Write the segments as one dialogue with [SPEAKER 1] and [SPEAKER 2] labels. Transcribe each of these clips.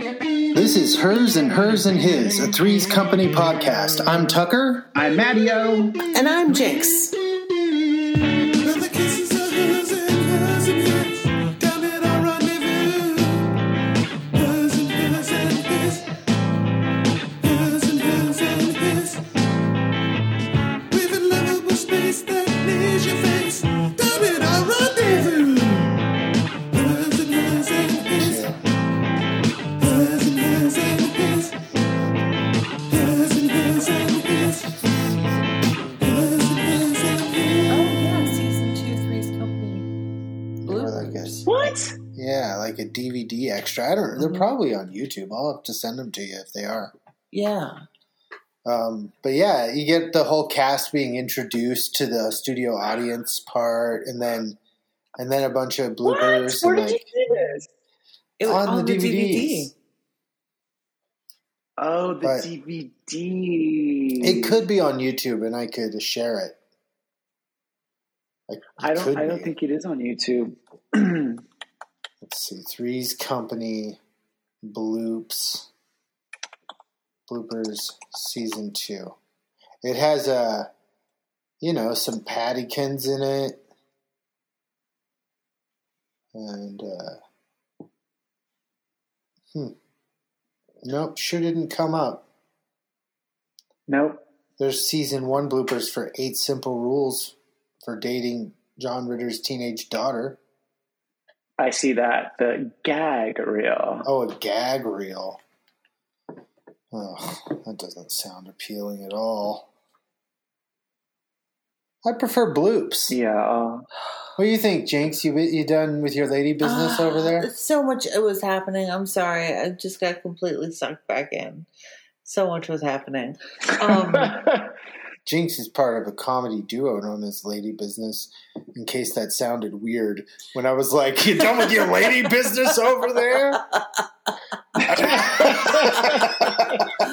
[SPEAKER 1] This is Hers and Hers and His, a Threes Company podcast. I'm Tucker.
[SPEAKER 2] I'm Mattio.
[SPEAKER 3] And I'm Jinx.
[SPEAKER 1] Or like a,
[SPEAKER 2] What?
[SPEAKER 1] yeah, like a DVD extra. I don't.
[SPEAKER 2] Mm-hmm.
[SPEAKER 1] They're probably on YouTube. I'll have to send them to you if they are.
[SPEAKER 3] Yeah.
[SPEAKER 1] Um, but yeah, you get the whole cast being introduced to the studio audience part, and then and then a bunch of
[SPEAKER 2] What?
[SPEAKER 1] bloopers
[SPEAKER 2] Where
[SPEAKER 1] and
[SPEAKER 2] did you
[SPEAKER 1] like
[SPEAKER 2] see this?
[SPEAKER 3] It was
[SPEAKER 1] on, the, DVDs.
[SPEAKER 2] Oh, the
[SPEAKER 1] But-
[SPEAKER 2] DVD.
[SPEAKER 1] It could be on YouTube, and I could share it. Like,
[SPEAKER 2] I
[SPEAKER 1] it
[SPEAKER 2] don't.
[SPEAKER 1] could
[SPEAKER 2] I don't
[SPEAKER 1] be.
[SPEAKER 2] think it is on YouTube.
[SPEAKER 1] Let's see. Three's Company bloops bloopers season two. It has a, you know, some pattykins in it, and uh, hmm, nope, sure didn't come up.
[SPEAKER 2] nope.
[SPEAKER 1] There's season one bloopers for eight simple rules for dating John Ritter's teenage daughter.
[SPEAKER 2] I see that the gag reel.
[SPEAKER 1] Oh, a gag reel. Oh, that doesn't sound appealing at all. I prefer bloops.
[SPEAKER 2] Yeah.
[SPEAKER 1] What do you think, Jinx? You you done with your lady business
[SPEAKER 3] Ah,
[SPEAKER 1] over there?
[SPEAKER 3] So much it was happening. I'm sorry. I just got completely sucked back in. So much was happening. Um,
[SPEAKER 1] Jinx is part of a comedy duo known as Lady Business. In case that sounded weird, when I was like, "You done with your lady business over there?"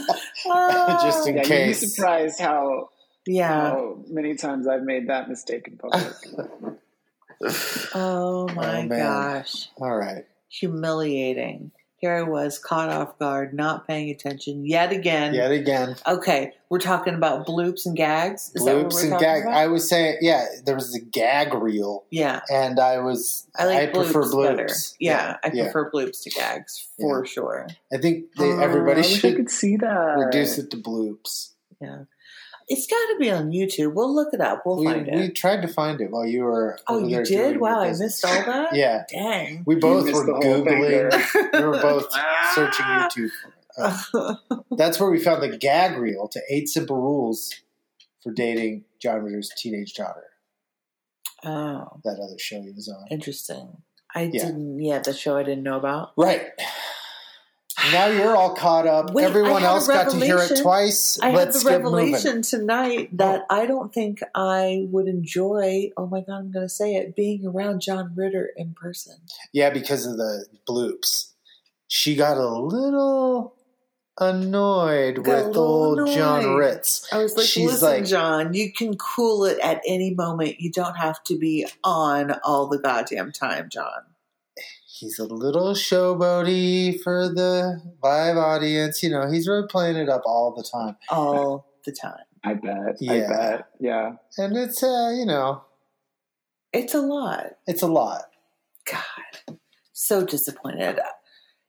[SPEAKER 1] Just in
[SPEAKER 2] yeah, you'd be
[SPEAKER 1] case.
[SPEAKER 2] surprised how
[SPEAKER 3] uh, yeah.
[SPEAKER 2] how many times I've made that mistake in public.
[SPEAKER 3] Oh my
[SPEAKER 1] man.
[SPEAKER 3] gosh.
[SPEAKER 1] All right.
[SPEAKER 3] Humiliating. Here I was, caught off guard, not paying attention yet again.
[SPEAKER 1] Yet again.
[SPEAKER 3] Okay, we're talking about bloops and gags. Is that what
[SPEAKER 1] bloops
[SPEAKER 3] we're
[SPEAKER 1] and
[SPEAKER 3] talking
[SPEAKER 1] gag.
[SPEAKER 3] about?
[SPEAKER 1] I was saying, yeah, there was a gag reel,
[SPEAKER 3] yeah,
[SPEAKER 1] and I was.
[SPEAKER 3] I like bloops
[SPEAKER 1] prefer
[SPEAKER 3] better.
[SPEAKER 1] bloops.
[SPEAKER 3] Yeah, I prefer bloops to gags for sure.
[SPEAKER 1] I think they, everybody
[SPEAKER 2] Uh, I wish I
[SPEAKER 1] should
[SPEAKER 2] could see that.
[SPEAKER 1] reduce it to bloops.
[SPEAKER 3] Yeah, it's got to be on YouTube. We'll look it up. We'll
[SPEAKER 1] We,
[SPEAKER 3] find
[SPEAKER 1] we
[SPEAKER 3] it.
[SPEAKER 1] tried to find it while you were.
[SPEAKER 3] Oh,
[SPEAKER 1] over
[SPEAKER 3] you
[SPEAKER 1] there
[SPEAKER 3] did?
[SPEAKER 1] doing
[SPEAKER 3] Wow,
[SPEAKER 1] your
[SPEAKER 3] I
[SPEAKER 1] business.
[SPEAKER 3] missed all that.
[SPEAKER 1] Yeah,
[SPEAKER 3] Dang.
[SPEAKER 1] we both
[SPEAKER 2] missed
[SPEAKER 1] were
[SPEAKER 2] the whole thing
[SPEAKER 1] googling.
[SPEAKER 2] there.
[SPEAKER 1] we were both searching YouTube. That's where we found the gag reel to eight simple rules for dating John Ritter's teenage daughter.
[SPEAKER 3] oh,
[SPEAKER 1] That other show he was on.
[SPEAKER 3] interesting. I
[SPEAKER 1] Yeah.
[SPEAKER 3] didn't. Yeah, the show I didn't know about.
[SPEAKER 1] Right. Now you're all caught up.
[SPEAKER 3] Wait, I
[SPEAKER 1] Everyone
[SPEAKER 3] had a
[SPEAKER 1] else got to hear it
[SPEAKER 3] revelation.
[SPEAKER 1] twice.
[SPEAKER 3] I
[SPEAKER 1] Let's
[SPEAKER 3] had the
[SPEAKER 1] get moving.
[SPEAKER 3] revelation tonight that I don't think I would enjoy. Oh my god, I'm going to say it. Being around John Ritter in person.
[SPEAKER 1] Yeah, because of the bloops. She got a little annoyed
[SPEAKER 3] Got a
[SPEAKER 1] with
[SPEAKER 3] little
[SPEAKER 1] old John
[SPEAKER 3] annoyed.
[SPEAKER 1] Ritz.
[SPEAKER 3] I was like,
[SPEAKER 1] She's
[SPEAKER 3] listen,
[SPEAKER 1] like-
[SPEAKER 3] John, you can cool it at any moment. You don't have to be on all the goddamn time, John.
[SPEAKER 1] He's a little showboaty for the live audience. You know, he's really playing it up all the time.
[SPEAKER 3] All the time.
[SPEAKER 2] I bet. I
[SPEAKER 1] Yeah.
[SPEAKER 2] bet. Yeah.
[SPEAKER 1] And it's, uh, you know,
[SPEAKER 3] It's a lot.
[SPEAKER 1] it's a lot.
[SPEAKER 3] God. So disappointed.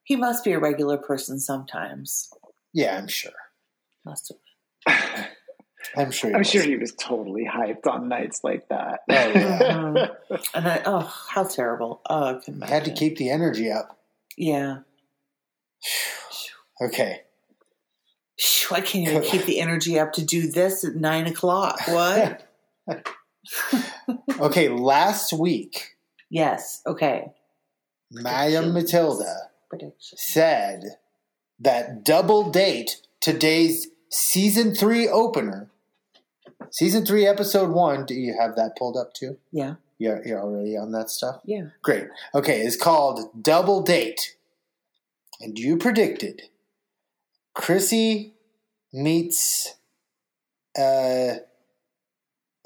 [SPEAKER 3] He must be a regular person sometimes.
[SPEAKER 1] Yeah, I'm sure.
[SPEAKER 3] Must have.
[SPEAKER 1] I'm sure.
[SPEAKER 2] I'm
[SPEAKER 1] was.
[SPEAKER 2] sure he was totally hyped on nights like that.
[SPEAKER 1] Oh, yeah.
[SPEAKER 3] Mhm. and I, oh, how terrible. Oh, I can imagine.
[SPEAKER 1] Mm-hmm. Had to keep the energy up.
[SPEAKER 3] Yeah.
[SPEAKER 1] Okay.
[SPEAKER 3] Phew, I can't even keep the energy up to do this at nine o'clock. What?
[SPEAKER 1] Okay, last week,
[SPEAKER 3] yes. Okay.
[SPEAKER 1] Maya
[SPEAKER 3] Predictions.
[SPEAKER 1] Matilda
[SPEAKER 3] Prediction.
[SPEAKER 1] said that double date today's season three opener, season three episode one. Do you have that pulled up too?
[SPEAKER 3] Yeah.
[SPEAKER 1] You're, you're already on that stuff.
[SPEAKER 3] Yeah.
[SPEAKER 1] Great. Okay, it's called Double Date, and you predicted Chrissy meets. Uh,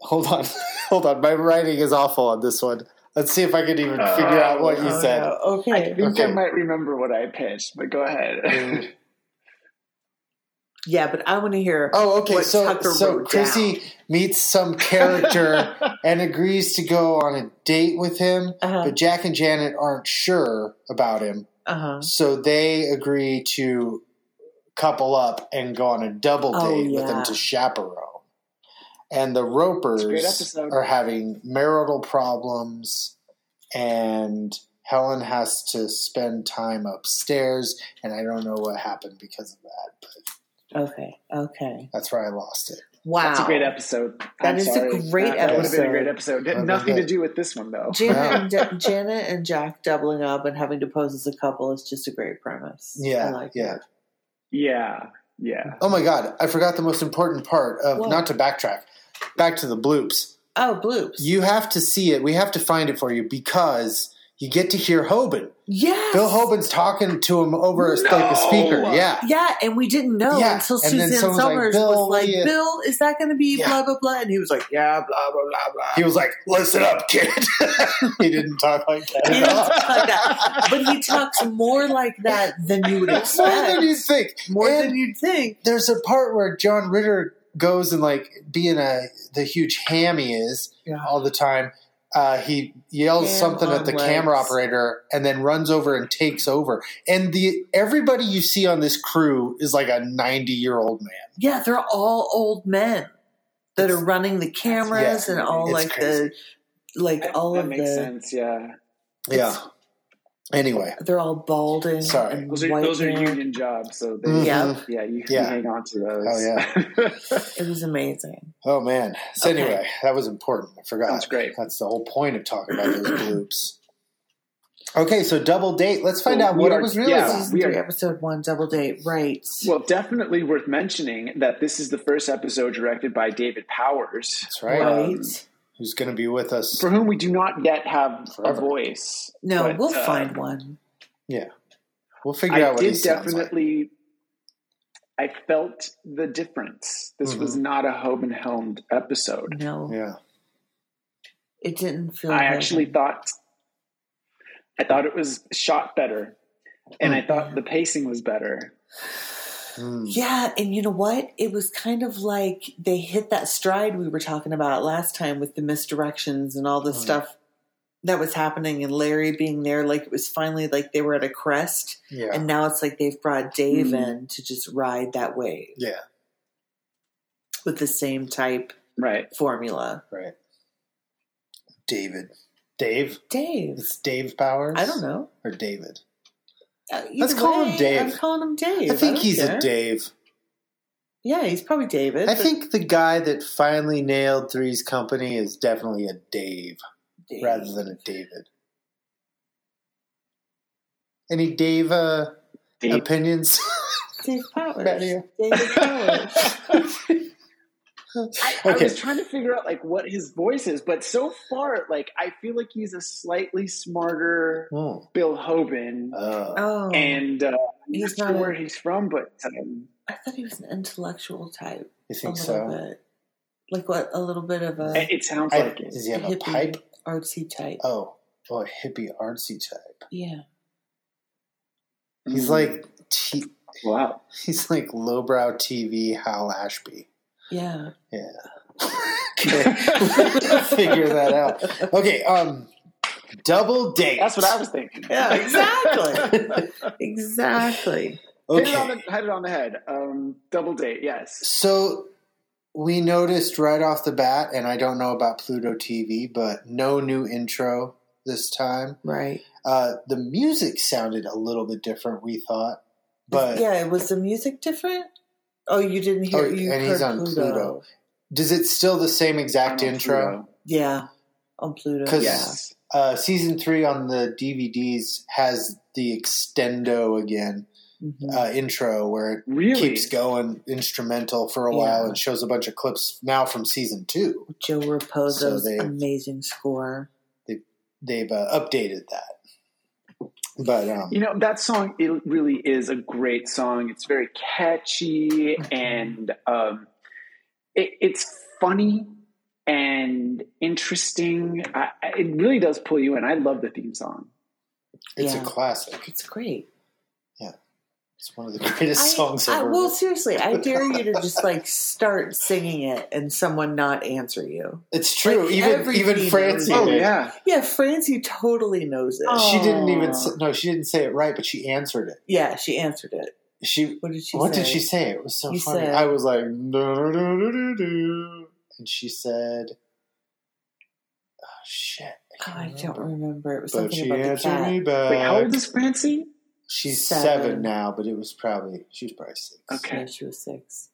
[SPEAKER 1] hold on, hold on. My writing is awful on this one. Let's see if I can even figure out what you
[SPEAKER 3] Oh,
[SPEAKER 1] said.
[SPEAKER 3] no.
[SPEAKER 2] I
[SPEAKER 3] Okay.
[SPEAKER 2] think I
[SPEAKER 1] Okay.
[SPEAKER 2] might remember what I pitched, but go ahead.
[SPEAKER 3] Yeah, but I want to hear.
[SPEAKER 1] Oh, okay.
[SPEAKER 3] what
[SPEAKER 1] so
[SPEAKER 3] Tucker
[SPEAKER 1] so
[SPEAKER 3] wrote
[SPEAKER 1] Chrissy meets some character and agrees to go on a date with him,
[SPEAKER 3] Uh-huh.
[SPEAKER 1] but Jack and Janet aren't sure about him,
[SPEAKER 3] Uh huh.
[SPEAKER 1] so they agree to couple up and go on a double
[SPEAKER 3] Oh,
[SPEAKER 1] date with him
[SPEAKER 3] yeah.
[SPEAKER 1] to chaperone. And the
[SPEAKER 2] great
[SPEAKER 1] Ropers
[SPEAKER 2] episode.
[SPEAKER 1] are having marital problems, and Helen has to spend time upstairs, and I don't know what happened because of that, but
[SPEAKER 3] Okay. Okay.
[SPEAKER 1] that's where I lost it.
[SPEAKER 3] Wow.
[SPEAKER 2] That's a great episode.
[SPEAKER 3] That
[SPEAKER 2] I'm
[SPEAKER 3] is a
[SPEAKER 2] sorry.
[SPEAKER 3] great
[SPEAKER 2] that, That would have been
[SPEAKER 3] episode.
[SPEAKER 2] a great episode.
[SPEAKER 1] Oh,
[SPEAKER 2] Had nothing
[SPEAKER 1] okay.
[SPEAKER 2] to do with this one though.
[SPEAKER 3] Janet, and Janet and Jack doubling up and having to pose as a couple is just a great premise.
[SPEAKER 1] Yeah,
[SPEAKER 3] I like
[SPEAKER 1] yeah.
[SPEAKER 3] it.
[SPEAKER 2] Yeah, yeah.
[SPEAKER 1] Oh my god, I forgot the most important part of
[SPEAKER 3] What?
[SPEAKER 1] not to backtrack. Back to the bloops.
[SPEAKER 3] Oh, bloops.
[SPEAKER 1] You have to see it. We have to find it for you because you get to hear Hoban.
[SPEAKER 3] yes.
[SPEAKER 1] Bill Hoban's talking to him over a, like a
[SPEAKER 2] No!
[SPEAKER 1] speaker. Yeah.
[SPEAKER 3] Yeah, and we didn't know
[SPEAKER 1] Yeah,
[SPEAKER 3] until
[SPEAKER 1] and then
[SPEAKER 3] Suzanne
[SPEAKER 1] someone's like,
[SPEAKER 3] Summers
[SPEAKER 1] "Bill,
[SPEAKER 3] was
[SPEAKER 1] what
[SPEAKER 3] like,
[SPEAKER 1] do you-"
[SPEAKER 3] "Bill, is that going to be
[SPEAKER 1] Yeah.
[SPEAKER 3] blah blah blah?" And he was like, "Yeah, blah blah blah blah."
[SPEAKER 1] He was like, "Listen up, kid." he didn't talk like that at
[SPEAKER 3] He didn't
[SPEAKER 1] all.
[SPEAKER 3] talk like that, but he talks more like that than you would
[SPEAKER 1] More than
[SPEAKER 3] expect,
[SPEAKER 1] you think.
[SPEAKER 3] more
[SPEAKER 1] and
[SPEAKER 3] than you'd think.
[SPEAKER 1] there's a part where John Ritter goes and like being a the huge ham he is
[SPEAKER 3] Yeah.
[SPEAKER 1] all the time. Uh, he yells
[SPEAKER 3] Ham
[SPEAKER 1] something at
[SPEAKER 3] on
[SPEAKER 1] the camera
[SPEAKER 3] legs.
[SPEAKER 1] operator and then runs over and takes over. And the everybody you see on this crew is like a ninety year old man.
[SPEAKER 3] Yeah, they're all old men that
[SPEAKER 1] It's-
[SPEAKER 3] are running the cameras
[SPEAKER 1] yeah,
[SPEAKER 3] and all
[SPEAKER 1] it's
[SPEAKER 3] like the like all
[SPEAKER 2] that
[SPEAKER 3] of
[SPEAKER 2] makes
[SPEAKER 3] the
[SPEAKER 2] sense. Yeah,
[SPEAKER 1] Yeah. Anyway,
[SPEAKER 3] they're all balding
[SPEAKER 1] Sorry.
[SPEAKER 3] and
[SPEAKER 2] those are
[SPEAKER 3] white
[SPEAKER 2] those are
[SPEAKER 3] hair.
[SPEAKER 2] union jobs, so they,
[SPEAKER 1] Mhm.
[SPEAKER 3] Yeah.
[SPEAKER 2] yeah, you can
[SPEAKER 1] Yeah.
[SPEAKER 2] hang on to those.
[SPEAKER 1] Oh,
[SPEAKER 2] yeah,
[SPEAKER 3] It was amazing.
[SPEAKER 1] Oh man. So
[SPEAKER 3] Okay.
[SPEAKER 1] anyway, that was important. I forgot.
[SPEAKER 2] That's great.
[SPEAKER 1] That's the whole point of talking about those bloops. Okay, so double date. Let's find
[SPEAKER 2] Well,
[SPEAKER 1] out
[SPEAKER 2] we
[SPEAKER 1] what
[SPEAKER 2] are-
[SPEAKER 1] it was really
[SPEAKER 2] yeah,
[SPEAKER 1] about.
[SPEAKER 3] Season
[SPEAKER 2] we are-
[SPEAKER 3] three, episode one, double date, right?
[SPEAKER 2] well, definitely worth mentioning that this is the first episode directed by David Powers,
[SPEAKER 1] That's right.
[SPEAKER 3] right.
[SPEAKER 2] um,
[SPEAKER 1] Who's going to be with us?
[SPEAKER 2] for whom we do not yet have
[SPEAKER 1] Forever.
[SPEAKER 2] a voice.
[SPEAKER 3] no,
[SPEAKER 2] but,
[SPEAKER 3] we'll
[SPEAKER 2] uh,
[SPEAKER 3] find one.
[SPEAKER 1] We'll figure
[SPEAKER 2] I
[SPEAKER 1] out what he
[SPEAKER 2] did
[SPEAKER 1] sounds like.
[SPEAKER 2] definitely. I felt the difference. This was not a home and homed episode.
[SPEAKER 3] No,
[SPEAKER 1] Yeah.
[SPEAKER 3] it didn't feel.
[SPEAKER 2] I
[SPEAKER 3] right.
[SPEAKER 2] actually thought I thought it was shot better, and I thought the pacing was better.
[SPEAKER 1] Mm.
[SPEAKER 3] Yeah, and you know what? It was kind of like they hit that stride we were talking about last time with the misdirections and all the
[SPEAKER 1] Mhm.
[SPEAKER 3] stuff that was happening and Larry being there. Like it was finally like they were at a crest,
[SPEAKER 1] Yeah. Mm-hmm.
[SPEAKER 3] and now it's like they've brought Dave
[SPEAKER 2] Mhm.
[SPEAKER 3] in to just ride that wave
[SPEAKER 1] yeah.
[SPEAKER 3] with the same type
[SPEAKER 2] Right.
[SPEAKER 3] formula.
[SPEAKER 1] Right. David. Dave.
[SPEAKER 3] Dave,
[SPEAKER 1] It's Dave Powers.
[SPEAKER 3] I don't know.
[SPEAKER 1] Or David.
[SPEAKER 3] Uh,
[SPEAKER 1] Let's
[SPEAKER 3] either
[SPEAKER 1] call him
[SPEAKER 3] way,
[SPEAKER 1] Dave.
[SPEAKER 3] I'm calling him Dave.
[SPEAKER 1] I think
[SPEAKER 3] don't
[SPEAKER 1] he's
[SPEAKER 3] care.
[SPEAKER 1] a Dave.
[SPEAKER 3] Yeah, he's probably David.
[SPEAKER 1] I
[SPEAKER 3] but
[SPEAKER 1] think the guy that finally nailed Three's Company is definitely a Dave
[SPEAKER 3] Dave.
[SPEAKER 1] rather than a David. Any Dave uh,
[SPEAKER 2] Dave.
[SPEAKER 1] opinions?
[SPEAKER 3] Dave
[SPEAKER 1] Right
[SPEAKER 3] Powers.
[SPEAKER 1] here.
[SPEAKER 3] David Powers.
[SPEAKER 2] I, I
[SPEAKER 1] Okay.
[SPEAKER 2] was trying to figure out like what his voice is, but so far, like I feel like he's a slightly smarter
[SPEAKER 1] Hmm.
[SPEAKER 2] Bill Hoban,
[SPEAKER 1] Oh.
[SPEAKER 3] Oh,
[SPEAKER 2] and uh, I'm
[SPEAKER 3] He's
[SPEAKER 2] not
[SPEAKER 3] not
[SPEAKER 2] sure
[SPEAKER 3] a-
[SPEAKER 2] where he's from, but um,
[SPEAKER 3] I thought he was an intellectual type.
[SPEAKER 1] You think
[SPEAKER 3] a little
[SPEAKER 1] so?
[SPEAKER 3] bit. Like what? A little bit of a,
[SPEAKER 2] it it sounds
[SPEAKER 1] I,
[SPEAKER 2] like it.
[SPEAKER 1] does he have a
[SPEAKER 3] hippie
[SPEAKER 1] pipe?
[SPEAKER 3] artsy type.
[SPEAKER 1] Oh. Oh, a hippie artsy type.
[SPEAKER 3] Yeah.
[SPEAKER 1] He's
[SPEAKER 2] Mm.
[SPEAKER 3] Mm-hmm.
[SPEAKER 1] like t-
[SPEAKER 2] wow.
[SPEAKER 1] He's like lowbrow TV Hal Ashby.
[SPEAKER 3] Yeah.
[SPEAKER 1] Okay. Figure that out. Okay, um double date.
[SPEAKER 2] That's what I was thinking.
[SPEAKER 3] Yeah, exactly. exactly.
[SPEAKER 2] Hit it on
[SPEAKER 1] Okay.
[SPEAKER 2] the hit it on the head. Um, double date. Yes.
[SPEAKER 1] So we noticed right off the bat, and I don't know about Pluto TV, but no new intro this time.
[SPEAKER 3] Right.
[SPEAKER 1] Uh the music sounded a little bit different, we thought. But
[SPEAKER 3] yeah, was the music different? Oh, you didn't hear.
[SPEAKER 1] Oh,
[SPEAKER 3] you
[SPEAKER 1] and
[SPEAKER 3] heard
[SPEAKER 1] he's on Pluto. does it still the same exact
[SPEAKER 2] I'm on
[SPEAKER 1] intro?
[SPEAKER 2] Pluto.
[SPEAKER 3] Yeah, on Pluto.
[SPEAKER 1] 'Cause-
[SPEAKER 3] yeah.
[SPEAKER 2] Yes.
[SPEAKER 1] uh, season three on the DVDs has the extendo again
[SPEAKER 3] Mhm.
[SPEAKER 1] uh, intro where it
[SPEAKER 2] Really?
[SPEAKER 1] keeps going instrumental for a while
[SPEAKER 3] Yeah.
[SPEAKER 1] and shows a bunch of clips now from season two.
[SPEAKER 3] Joe Raposo's
[SPEAKER 1] so they-
[SPEAKER 3] amazing score.
[SPEAKER 1] They've uh, updated that, but um,
[SPEAKER 2] You know that song. It really is a great song. It's very catchy and um, it, it's funny and interesting. I, I- it really does pull you in. I love the theme song.
[SPEAKER 1] it's
[SPEAKER 3] yeah.
[SPEAKER 1] a classic.
[SPEAKER 3] It's great.
[SPEAKER 1] Yeah. It's one of the greatest
[SPEAKER 3] I-
[SPEAKER 1] songs
[SPEAKER 3] I,
[SPEAKER 1] ever.
[SPEAKER 3] well,
[SPEAKER 1] written.
[SPEAKER 3] seriously, I dare you to just like start singing it and someone not answer you.
[SPEAKER 1] it's true.
[SPEAKER 3] like,
[SPEAKER 1] even
[SPEAKER 3] every
[SPEAKER 1] even
[SPEAKER 3] female-
[SPEAKER 1] Francie.
[SPEAKER 2] Oh
[SPEAKER 1] did.
[SPEAKER 2] yeah.
[SPEAKER 3] Yeah, Francie totally knows it.
[SPEAKER 2] Oh.
[SPEAKER 1] She didn't even.
[SPEAKER 2] Aw.
[SPEAKER 1] s- No, she didn't say it right, but she answered it.
[SPEAKER 3] Yeah, she answered it.
[SPEAKER 1] She
[SPEAKER 3] What did she
[SPEAKER 1] what
[SPEAKER 3] say?
[SPEAKER 1] did she say? It was so
[SPEAKER 3] You
[SPEAKER 1] funny.
[SPEAKER 3] said-
[SPEAKER 1] I was like, "No, no, no, no, no," and she said, "Oh shit,
[SPEAKER 3] Oh, I don't remember. It was
[SPEAKER 1] But
[SPEAKER 3] something
[SPEAKER 1] she
[SPEAKER 3] about the
[SPEAKER 1] answered
[SPEAKER 3] cat.
[SPEAKER 1] me back.
[SPEAKER 2] Wait, how old is Francie?
[SPEAKER 1] She's seven.
[SPEAKER 3] Seven.
[SPEAKER 1] now, but it was probably she was probably six.
[SPEAKER 2] Okay.
[SPEAKER 3] Yeah, she was six.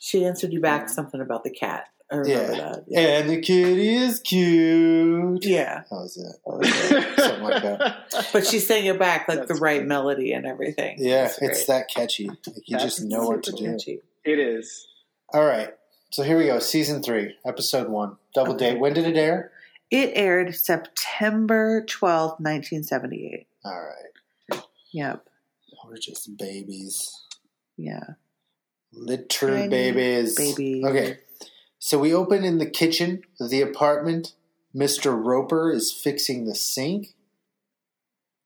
[SPEAKER 3] She answered you back
[SPEAKER 2] Yeah.
[SPEAKER 3] something about the cat. I remember
[SPEAKER 1] Yeah.
[SPEAKER 3] that. Yeah.
[SPEAKER 1] And the kitty is cute.
[SPEAKER 3] Yeah.
[SPEAKER 1] That was it.
[SPEAKER 2] Something
[SPEAKER 1] like
[SPEAKER 3] But she sang it back like the
[SPEAKER 2] That's
[SPEAKER 3] right
[SPEAKER 2] great.
[SPEAKER 3] melody and everything.
[SPEAKER 1] Yeah,
[SPEAKER 3] That's
[SPEAKER 1] it's
[SPEAKER 3] great.
[SPEAKER 1] that catchy. Like you
[SPEAKER 2] That's
[SPEAKER 1] just know what to
[SPEAKER 3] Super
[SPEAKER 1] do.
[SPEAKER 3] catchy.
[SPEAKER 2] It is.
[SPEAKER 1] All right. So here we go. Season three, episode one, double
[SPEAKER 3] Okay.
[SPEAKER 1] date. When did it air?
[SPEAKER 3] It aired September twelfth, nineteen 1978.
[SPEAKER 1] All right.
[SPEAKER 3] Yep.
[SPEAKER 1] We're just babies.
[SPEAKER 3] Yeah.
[SPEAKER 1] Litter
[SPEAKER 3] Tiny
[SPEAKER 1] babies.
[SPEAKER 3] babies.
[SPEAKER 1] Okay. So we open in the kitchen of the apartment. Mr. Roper is fixing the sink.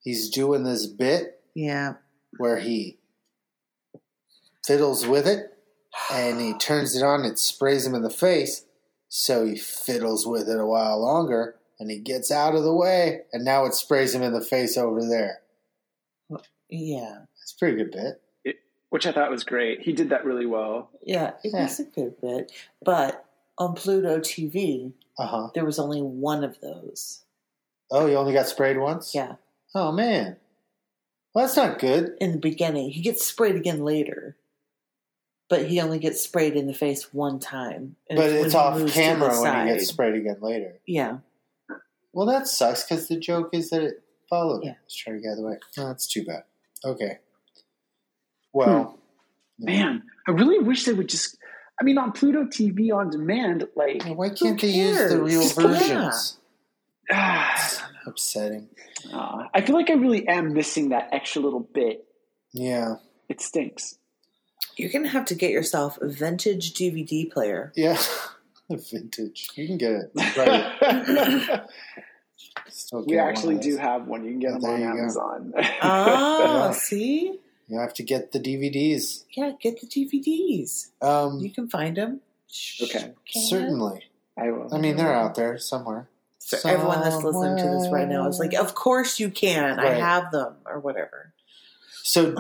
[SPEAKER 1] He's doing this bit
[SPEAKER 3] Yeah.
[SPEAKER 1] where he fiddles with it and he turns it on, it sprays him in the face. So he fiddles with it a while longer and he gets out of the way and now it sprays him in the face over there.
[SPEAKER 3] Yeah.
[SPEAKER 1] That's a pretty good bit.
[SPEAKER 2] Which I thought was great. He did that really well.
[SPEAKER 3] Yeah. It
[SPEAKER 1] Yeah.
[SPEAKER 3] was a good bit. But on Pluto TV,
[SPEAKER 1] Uh huh.
[SPEAKER 3] there was only one of those.
[SPEAKER 1] Oh, you only got sprayed once?
[SPEAKER 3] Yeah.
[SPEAKER 1] Oh, man. Well, that's not good.
[SPEAKER 3] In the beginning, he gets sprayed again later. But he only gets sprayed in the face one time. and
[SPEAKER 1] but
[SPEAKER 3] when
[SPEAKER 1] it's
[SPEAKER 3] he
[SPEAKER 1] off
[SPEAKER 3] moves to
[SPEAKER 1] camera
[SPEAKER 3] the
[SPEAKER 1] when you get
[SPEAKER 3] side.
[SPEAKER 1] sprayed again later.
[SPEAKER 3] Yeah.
[SPEAKER 1] Well, that sucks because the joke is that it followed.
[SPEAKER 3] Yeah.
[SPEAKER 1] Yeah. It's trying to get out of the way. No, that's too bad. Okay.
[SPEAKER 3] Hmm.
[SPEAKER 1] Well,
[SPEAKER 2] Man, I really wish they would just. I mean, on Pluto TV on demand, like
[SPEAKER 1] why can't they use
[SPEAKER 3] cares?
[SPEAKER 1] the real
[SPEAKER 3] Yeah.
[SPEAKER 1] versions?
[SPEAKER 2] ah,
[SPEAKER 1] Upsetting.
[SPEAKER 2] ah. I feel like I really am missing that extra little bit.
[SPEAKER 1] Yeah.
[SPEAKER 2] It stinks.
[SPEAKER 3] You're going to have to get yourself a vintage DVD player.
[SPEAKER 1] Yeah. Vintage. You can get it. Right. Still
[SPEAKER 2] we
[SPEAKER 1] get one
[SPEAKER 2] actually
[SPEAKER 1] of those.
[SPEAKER 2] do have one. You can get
[SPEAKER 1] Oh,
[SPEAKER 2] them
[SPEAKER 1] there
[SPEAKER 2] on
[SPEAKER 1] you go.
[SPEAKER 2] Amazon.
[SPEAKER 3] Oh,
[SPEAKER 1] Yeah.
[SPEAKER 3] see?
[SPEAKER 1] You have to get the DVDs.
[SPEAKER 3] Yeah, get the DVDs.
[SPEAKER 1] Um,
[SPEAKER 3] You can find them.
[SPEAKER 2] Okay.
[SPEAKER 1] certainly.
[SPEAKER 2] I will.
[SPEAKER 1] I mean, they're out there somewhere.
[SPEAKER 3] So everyone that's listening to this right now is like, of course you can. I
[SPEAKER 1] Right.
[SPEAKER 3] have them or whatever.
[SPEAKER 1] So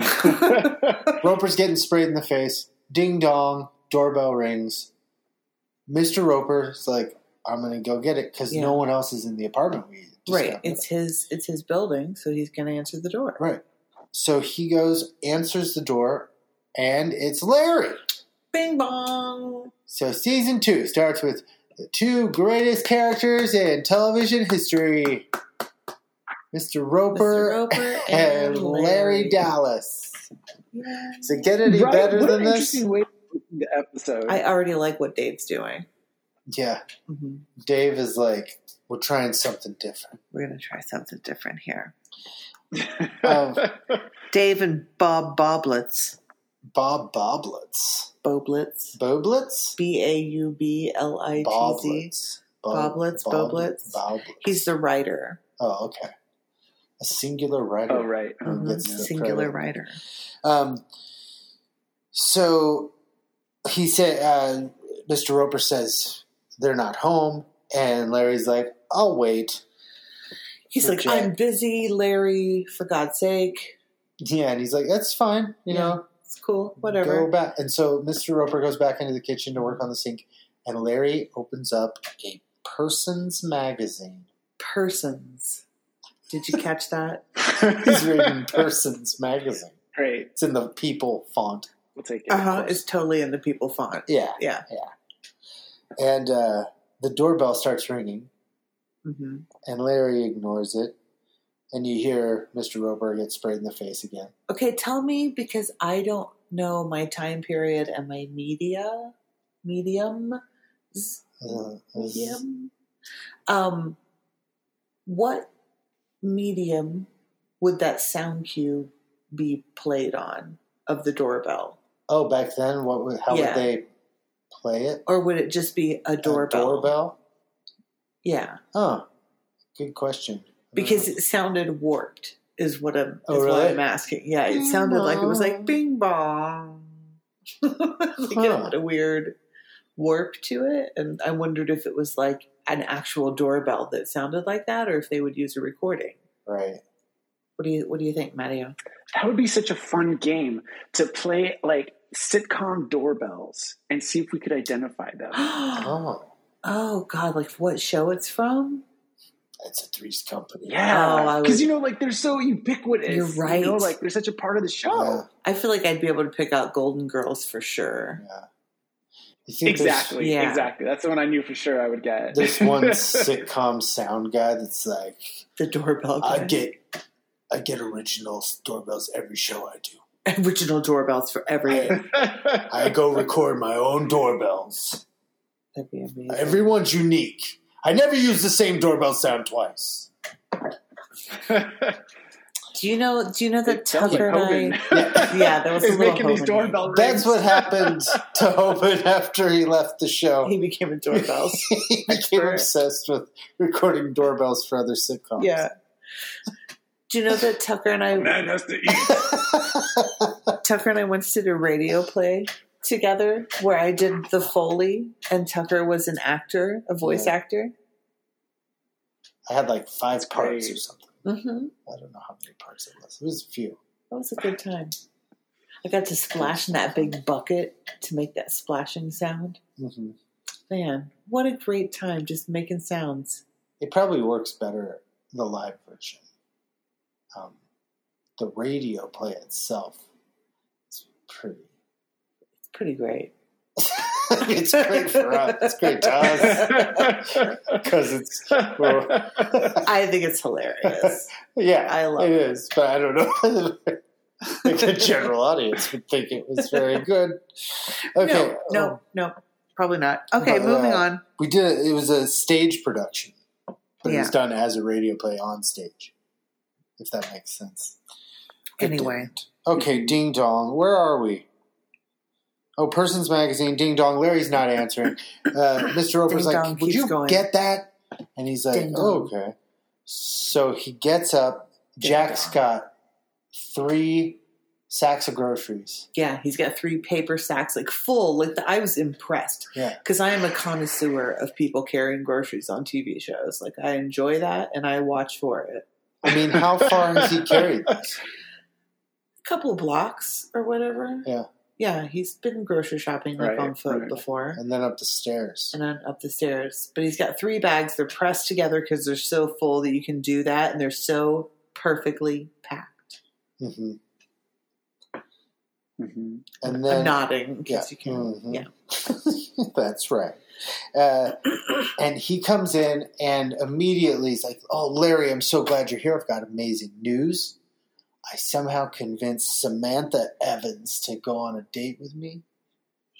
[SPEAKER 1] Roper's getting sprayed in the face. Ding dong. Doorbell rings. Mr. Roper's like, I'm going to go get it because
[SPEAKER 3] Yeah.
[SPEAKER 1] no one else is in the apartment. We just
[SPEAKER 3] right.
[SPEAKER 1] got
[SPEAKER 3] It's his it's his building, so he's gonna answer the door.
[SPEAKER 1] right. So he goes, answers the door, and it's Larry.
[SPEAKER 3] Bing bong.
[SPEAKER 1] So season two starts with the two greatest characters in television history Mr.
[SPEAKER 3] Mr.
[SPEAKER 1] Roper,
[SPEAKER 3] Roper
[SPEAKER 1] and Larry. Dallas.
[SPEAKER 3] Yeah.
[SPEAKER 1] Does it get any
[SPEAKER 2] Right,
[SPEAKER 1] better
[SPEAKER 2] what
[SPEAKER 1] than
[SPEAKER 2] an
[SPEAKER 1] this?
[SPEAKER 2] interesting way to open the episode.
[SPEAKER 3] I already like what Dave's doing.
[SPEAKER 1] Yeah.
[SPEAKER 3] hmm
[SPEAKER 1] Dave is like, we're trying something different.
[SPEAKER 3] We're gonna try something different here.
[SPEAKER 1] Um,
[SPEAKER 3] Dave and Bob Boblets.
[SPEAKER 1] Bob Boblets.
[SPEAKER 3] Boblets.
[SPEAKER 1] Boblets?
[SPEAKER 3] B A U B L I T Z.
[SPEAKER 1] Boblets.
[SPEAKER 3] Boblets, Boblets.
[SPEAKER 1] Boblets.
[SPEAKER 3] He's the writer.
[SPEAKER 1] Oh, okay. A singular writer.
[SPEAKER 2] oh right. Oh,
[SPEAKER 1] Mhm.
[SPEAKER 2] that's-
[SPEAKER 1] the
[SPEAKER 3] Singular
[SPEAKER 1] credit.
[SPEAKER 3] writer.
[SPEAKER 1] Um, so he said, uh, Mr. Roper says they're not home, and Larry's like, I'll wait.
[SPEAKER 3] He's
[SPEAKER 1] For
[SPEAKER 3] like,
[SPEAKER 1] Jack.
[SPEAKER 3] I'm busy, Larry, for God's sake.
[SPEAKER 1] Yeah, and he's like, that's fine, you
[SPEAKER 3] Yeah,
[SPEAKER 1] know,
[SPEAKER 3] It's cool, whatever.
[SPEAKER 1] go back. And so Mr. Roper goes back into the kitchen to work on the sink, and Larry opens up a person's magazine.
[SPEAKER 3] Persons. Did you catch that?
[SPEAKER 1] He's reading person's magazine.
[SPEAKER 2] Great.
[SPEAKER 1] It's in the people font.
[SPEAKER 2] We'll take it.
[SPEAKER 3] Uh huh. It's totally in the people font.
[SPEAKER 1] Yeah,
[SPEAKER 3] Yeah.
[SPEAKER 1] and uh, the doorbell starts ringing,
[SPEAKER 3] Mm-hmm.
[SPEAKER 1] and Larry ignores it. And you hear Mr. Roper get sprayed in the face again.
[SPEAKER 3] Okay, tell me because I don't know my time period and my media. Medium? Z-
[SPEAKER 1] Uh, uh,
[SPEAKER 3] Medium? Um, what medium would that sound cue be played on of the doorbell?
[SPEAKER 1] oh, back then, what? would- How
[SPEAKER 3] Yeah.
[SPEAKER 1] would they play it?
[SPEAKER 3] Or would it just be a
[SPEAKER 1] A
[SPEAKER 3] doorbell?
[SPEAKER 1] doorbell?
[SPEAKER 3] Yeah,
[SPEAKER 1] Oh, good question.
[SPEAKER 3] because it sounded warped. is what I'm.
[SPEAKER 1] Oh,
[SPEAKER 3] is what
[SPEAKER 1] really?
[SPEAKER 3] I'm asking. Yeah, it sounded like it was like bing bong. like It
[SPEAKER 1] Huh.
[SPEAKER 3] had a weird warp to it, and I wondered if it was like an actual doorbell that sounded like that, or if they would use a recording.
[SPEAKER 1] Right.
[SPEAKER 3] What do you What do you think, Mario?
[SPEAKER 2] That would be such a fun game to play, like sitcom doorbells, and see if we could identify them.
[SPEAKER 3] oh
[SPEAKER 1] Oh,
[SPEAKER 3] God! Like what show it's from?
[SPEAKER 1] that's a Three's Company.
[SPEAKER 3] Oh,
[SPEAKER 2] Yeah,
[SPEAKER 3] I
[SPEAKER 2] because
[SPEAKER 3] would-
[SPEAKER 2] you know, like they're so ubiquitous.
[SPEAKER 3] You're
[SPEAKER 2] You know,
[SPEAKER 3] right.
[SPEAKER 2] like they're such a part of the show.
[SPEAKER 1] Yeah,
[SPEAKER 3] I feel like I'd be able to pick out Golden Girls for sure.
[SPEAKER 1] yeah. You think there's-
[SPEAKER 2] Exactly.
[SPEAKER 3] Yeah.
[SPEAKER 2] Exactly. That's the one I knew for sure I would get.
[SPEAKER 1] There's, one sitcom sound guy that's like,
[SPEAKER 3] The doorbell.
[SPEAKER 1] I
[SPEAKER 3] guy.
[SPEAKER 1] get, I get original doorbells every show I do.
[SPEAKER 3] original doorbells for every.
[SPEAKER 1] I, I go record my own doorbells.
[SPEAKER 3] That'd be amazing.
[SPEAKER 1] Everyone's unique. I never use the same doorbell sound twice.
[SPEAKER 3] do you know? Do you know that
[SPEAKER 2] It sounds like
[SPEAKER 3] Tucker and
[SPEAKER 2] Hogan.
[SPEAKER 3] I? Yeah, there was a
[SPEAKER 2] Is
[SPEAKER 3] little
[SPEAKER 2] making these
[SPEAKER 3] Hogan
[SPEAKER 2] doorbell rings.
[SPEAKER 1] That's what happened to Hoban after he left the show.
[SPEAKER 3] He became a doorbell.
[SPEAKER 1] He became
[SPEAKER 3] expert.
[SPEAKER 1] obsessed with recording doorbells for other sitcoms.
[SPEAKER 3] yeah. Do you know that Tucker and I?
[SPEAKER 2] Man has to eat.
[SPEAKER 3] Tucker and I once did a radio play together where I did the Foley, and Tucker was an actor, a voice
[SPEAKER 1] Yeah.
[SPEAKER 3] actor.
[SPEAKER 1] I had like five parts or
[SPEAKER 2] great.
[SPEAKER 1] something.
[SPEAKER 3] Mm-hmm.
[SPEAKER 1] I don't know how many parts it was. It was a few.
[SPEAKER 3] That was a good time. I got to splash in that big bucket to make that splashing sound.
[SPEAKER 1] hmm
[SPEAKER 3] Mm-hmm. Man, what a great time just making sounds.
[SPEAKER 1] It probably works better the live version. Um, the radio play itself is pretty.
[SPEAKER 3] It's pretty great.
[SPEAKER 1] it's great for us. It's great to us because it's. well,
[SPEAKER 3] I think it's hilarious.
[SPEAKER 1] yeah,
[SPEAKER 3] I love
[SPEAKER 1] it
[SPEAKER 3] it.
[SPEAKER 1] is, but I don't know. like the general audience would think it was very good. Okay,
[SPEAKER 3] No,
[SPEAKER 1] um,
[SPEAKER 3] no, no, probably not. Okay,
[SPEAKER 1] But, uh,
[SPEAKER 3] moving on.
[SPEAKER 1] we did. It, it was a stage production, but it was
[SPEAKER 3] Yeah.
[SPEAKER 1] done as a radio play on stage. If that makes sense. It
[SPEAKER 3] Anyway.
[SPEAKER 1] didn't. Okay, Ding Dong. Where are we? Oh, Persons Magazine. Ding Dong. Larry's not answering. Uh, Mr. Roper's
[SPEAKER 3] Ding
[SPEAKER 1] like,
[SPEAKER 3] dong
[SPEAKER 1] would
[SPEAKER 3] keeps
[SPEAKER 1] you
[SPEAKER 3] going.
[SPEAKER 1] get that? And he's like,
[SPEAKER 3] Ding
[SPEAKER 1] oh,
[SPEAKER 3] dong.
[SPEAKER 1] okay. So he gets up.
[SPEAKER 3] Ding
[SPEAKER 1] Jack's
[SPEAKER 3] dong.
[SPEAKER 1] got three sacks of groceries.
[SPEAKER 3] Yeah, he's got three paper sacks, like full. Like the, I was impressed
[SPEAKER 1] Yeah.
[SPEAKER 3] because I am a connoisseur of people carrying groceries on TV shows. Like I enjoy that and I watch for it.
[SPEAKER 1] I mean, how far has he carried this?
[SPEAKER 3] A couple blocks or whatever.
[SPEAKER 1] Yeah.
[SPEAKER 3] yeah. He's been grocery shopping like
[SPEAKER 2] Right,
[SPEAKER 3] on foot
[SPEAKER 2] right.
[SPEAKER 3] before
[SPEAKER 1] And then up the stairs.
[SPEAKER 3] and then up the stairs. But he's got three bags. They're pressed together because they're so full that you can do that, and they're so perfectly packed.
[SPEAKER 1] hmm
[SPEAKER 2] hmm
[SPEAKER 1] And
[SPEAKER 3] I'm
[SPEAKER 1] then
[SPEAKER 3] nodding in case
[SPEAKER 1] Yeah.
[SPEAKER 3] you can.
[SPEAKER 1] Mhm.
[SPEAKER 3] Yeah.
[SPEAKER 1] That's right. Uh, and he comes in and immediately is like, Oh, Larry, I'm so glad you're here. I've got amazing news. I somehow convinced Samantha Evans to go on a date with me.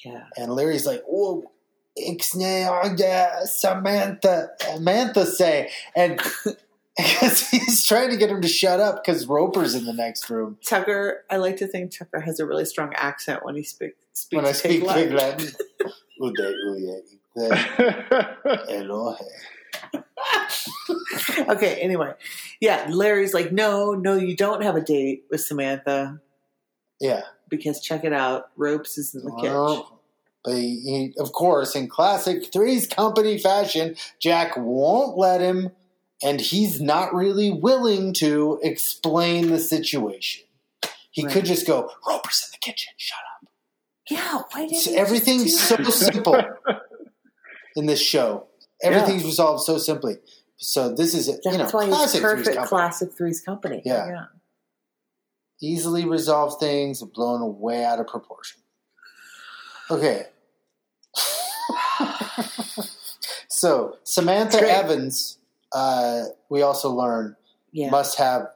[SPEAKER 3] Yeah.
[SPEAKER 1] And Larry's like, "Oh, Whoa, Ixnay, oh, Samantha, Samantha say. And because he's trying to get him to shut up because Roper's in the next room.
[SPEAKER 3] Tucker, I like to think Tucker has a really strong accent when he speak, speaks.
[SPEAKER 1] When I speak
[SPEAKER 3] Latin.
[SPEAKER 1] Pig Latin. Ude, ude, ude,
[SPEAKER 2] Mm-hmm.
[SPEAKER 1] elohe.
[SPEAKER 3] Okay, anyway. Yeah, Larry's like, no, no, you don't have a date with Samantha
[SPEAKER 1] Yeah.
[SPEAKER 3] because check it out, ropes is in the kitchen.
[SPEAKER 1] Well, but he, of course, in classic Three's Company fashion, Jack won't let him, and he's not really willing to explain the situation. He
[SPEAKER 3] Right.
[SPEAKER 1] could just go, Roper's in the kitchen, shut up.
[SPEAKER 3] Yeah, why did
[SPEAKER 1] It's-
[SPEAKER 3] he
[SPEAKER 1] everything's
[SPEAKER 3] just
[SPEAKER 1] so
[SPEAKER 3] do
[SPEAKER 1] simple in this show. Everything's resolved so simply. So this is,
[SPEAKER 3] that?
[SPEAKER 1] you know,
[SPEAKER 3] That's why he's
[SPEAKER 1] classic Three's
[SPEAKER 3] perfect
[SPEAKER 1] Company.
[SPEAKER 3] classic Three's Company.
[SPEAKER 1] Yeah. easily resolve things, blown way out of proportion. Okay. so Samantha
[SPEAKER 3] Great.
[SPEAKER 1] Evans, uh, we also learn,
[SPEAKER 3] Yeah.
[SPEAKER 1] must have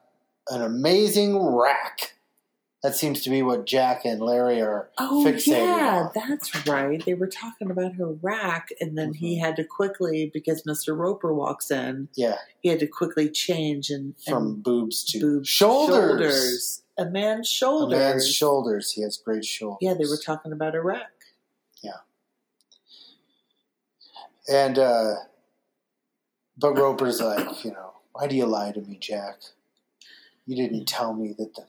[SPEAKER 1] an amazing rack. That seems to be what Jack and Larry are
[SPEAKER 3] oh,
[SPEAKER 1] fixated
[SPEAKER 3] yeah,
[SPEAKER 1] on.
[SPEAKER 3] that's right. They were talking about her rack, and then he had to quickly, because Mr. Roper walks in,
[SPEAKER 1] Mm-hmm. Yeah,
[SPEAKER 3] he had to quickly change and,
[SPEAKER 1] from
[SPEAKER 3] and
[SPEAKER 1] boobs to
[SPEAKER 3] boobs,
[SPEAKER 1] shoulders.
[SPEAKER 3] shoulders. A man's
[SPEAKER 1] A
[SPEAKER 3] shoulders.
[SPEAKER 1] man's shoulders. He has great shoulders.
[SPEAKER 3] Yeah, they were talking about Iraq.
[SPEAKER 1] And uh but Roper's like, you know, why do you lie to me, Jack? You didn't
[SPEAKER 2] Mm.
[SPEAKER 1] tell me that the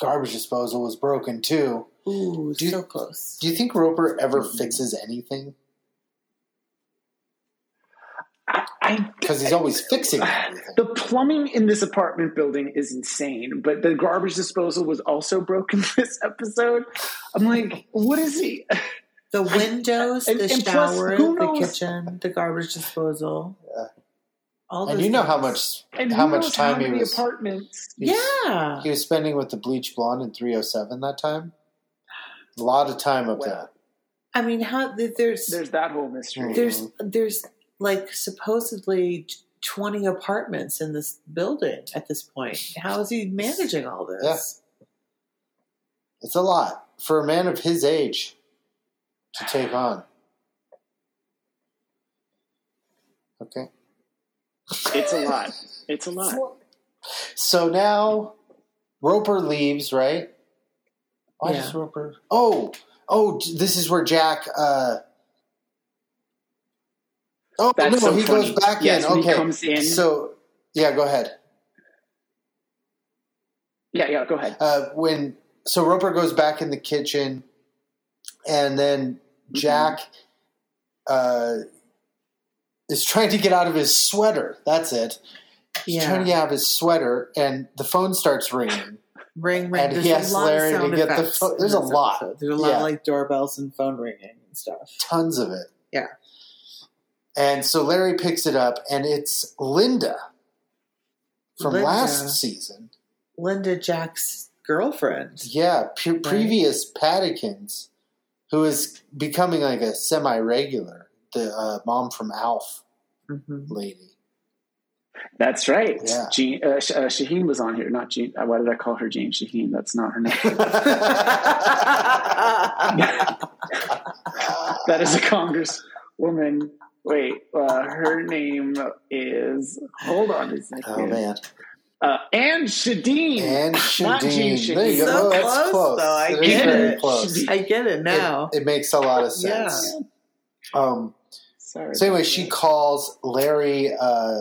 [SPEAKER 1] garbage disposal was broken too.
[SPEAKER 3] Ooh,
[SPEAKER 1] Do you-
[SPEAKER 3] so close.
[SPEAKER 1] Do you think Roper ever
[SPEAKER 2] Mm-hmm.
[SPEAKER 1] fixes anything?
[SPEAKER 2] I, I
[SPEAKER 1] Because he's always fixing everything.
[SPEAKER 2] The plumbing in this apartment building is insane, but the garbage disposal was also broken this episode. I'm like, what is he?
[SPEAKER 3] The windows,
[SPEAKER 2] And-
[SPEAKER 3] the
[SPEAKER 2] and plus,
[SPEAKER 3] shower,
[SPEAKER 2] who
[SPEAKER 3] the
[SPEAKER 2] knows-
[SPEAKER 3] kitchen, the garbage disposal.
[SPEAKER 1] Yeah.
[SPEAKER 3] All
[SPEAKER 1] And
[SPEAKER 3] those
[SPEAKER 1] you know how
[SPEAKER 3] things.
[SPEAKER 1] much
[SPEAKER 2] And
[SPEAKER 1] how
[SPEAKER 2] who
[SPEAKER 1] much
[SPEAKER 2] knows
[SPEAKER 1] time
[SPEAKER 2] how
[SPEAKER 1] he
[SPEAKER 2] many
[SPEAKER 1] was
[SPEAKER 2] apartments?
[SPEAKER 1] he was-
[SPEAKER 3] Yeah.
[SPEAKER 1] he was spending with the bleach blonde in 307 that time. A lot of time up
[SPEAKER 2] Wow.
[SPEAKER 1] there.
[SPEAKER 3] I mean, how th- there's
[SPEAKER 2] There's that whole mystery.
[SPEAKER 3] there's there's like supposedly t- 20 apartments in this building at this point. How is he managing all this?
[SPEAKER 1] It's a lot for a man of his age to take on. Okay.
[SPEAKER 2] It's a lot. It's a lot.
[SPEAKER 1] So now Roper leaves, right? Why does
[SPEAKER 3] Yeah.
[SPEAKER 1] Roper? Oh, oh, this is where Jack. Uh... Oh
[SPEAKER 2] That's
[SPEAKER 1] no,
[SPEAKER 2] so
[SPEAKER 1] he goes
[SPEAKER 2] funny.
[SPEAKER 1] back
[SPEAKER 2] Yes,
[SPEAKER 1] in.
[SPEAKER 2] when
[SPEAKER 1] Okay,
[SPEAKER 2] he comes in-
[SPEAKER 1] So yeah, go ahead.
[SPEAKER 2] Yeah, yeah. Go ahead.
[SPEAKER 1] uh, when so Roper goes back in the kitchen, and then
[SPEAKER 2] Mm-hmm.
[SPEAKER 1] Jack uh, is trying to get out of his sweater. That's it. He's
[SPEAKER 3] Yeah.
[SPEAKER 1] trying to get out of his sweater, and the phone starts ringing.
[SPEAKER 3] Ring, ring.
[SPEAKER 1] And
[SPEAKER 3] There's
[SPEAKER 1] he asks
[SPEAKER 3] a lot
[SPEAKER 1] Larry to
[SPEAKER 3] of sound
[SPEAKER 1] get the
[SPEAKER 3] effects
[SPEAKER 1] pho-
[SPEAKER 3] in
[SPEAKER 1] there's a
[SPEAKER 3] this
[SPEAKER 1] lot.
[SPEAKER 3] episode. There's a lot
[SPEAKER 1] Yeah.
[SPEAKER 3] of like doorbells and phone ringing and stuff.
[SPEAKER 1] Tons of it.
[SPEAKER 3] Yeah.
[SPEAKER 1] And so Larry picks it up, and it's Linda from
[SPEAKER 3] Linda.
[SPEAKER 1] last season.
[SPEAKER 3] Linda Jack's girlfriend.
[SPEAKER 1] Yeah, pre- previous Paddykins, who is becoming like a semi-regular, the uh, mom from Alf Mm-hmm.
[SPEAKER 3] hmm
[SPEAKER 1] lady.
[SPEAKER 2] That's right.
[SPEAKER 1] Yeah.
[SPEAKER 2] Jean, uh, Sh- uh, Shaheen was on here. Not Jean. uh, Why did I call her Jane Shaheen? That's not her name.
[SPEAKER 1] Oh,
[SPEAKER 2] that is a congresswoman. Wait, uh, her name is. Hold on a second.
[SPEAKER 1] oh man,
[SPEAKER 2] Uh, Anne Shadeen.
[SPEAKER 1] and
[SPEAKER 2] Not
[SPEAKER 1] Shadeen.
[SPEAKER 2] Gene Shadeen.
[SPEAKER 1] There you go.
[SPEAKER 3] So
[SPEAKER 1] oh, that's
[SPEAKER 3] close,
[SPEAKER 1] close.
[SPEAKER 3] though. I
[SPEAKER 1] It is
[SPEAKER 2] get
[SPEAKER 1] very
[SPEAKER 2] it.
[SPEAKER 1] close.
[SPEAKER 3] I get it now.
[SPEAKER 1] It, it makes a lot of sense.
[SPEAKER 3] Yeah.
[SPEAKER 1] Um,
[SPEAKER 2] Sorry.
[SPEAKER 1] so anyway,
[SPEAKER 2] about
[SPEAKER 1] she
[SPEAKER 2] that.
[SPEAKER 1] calls Larry. Uh,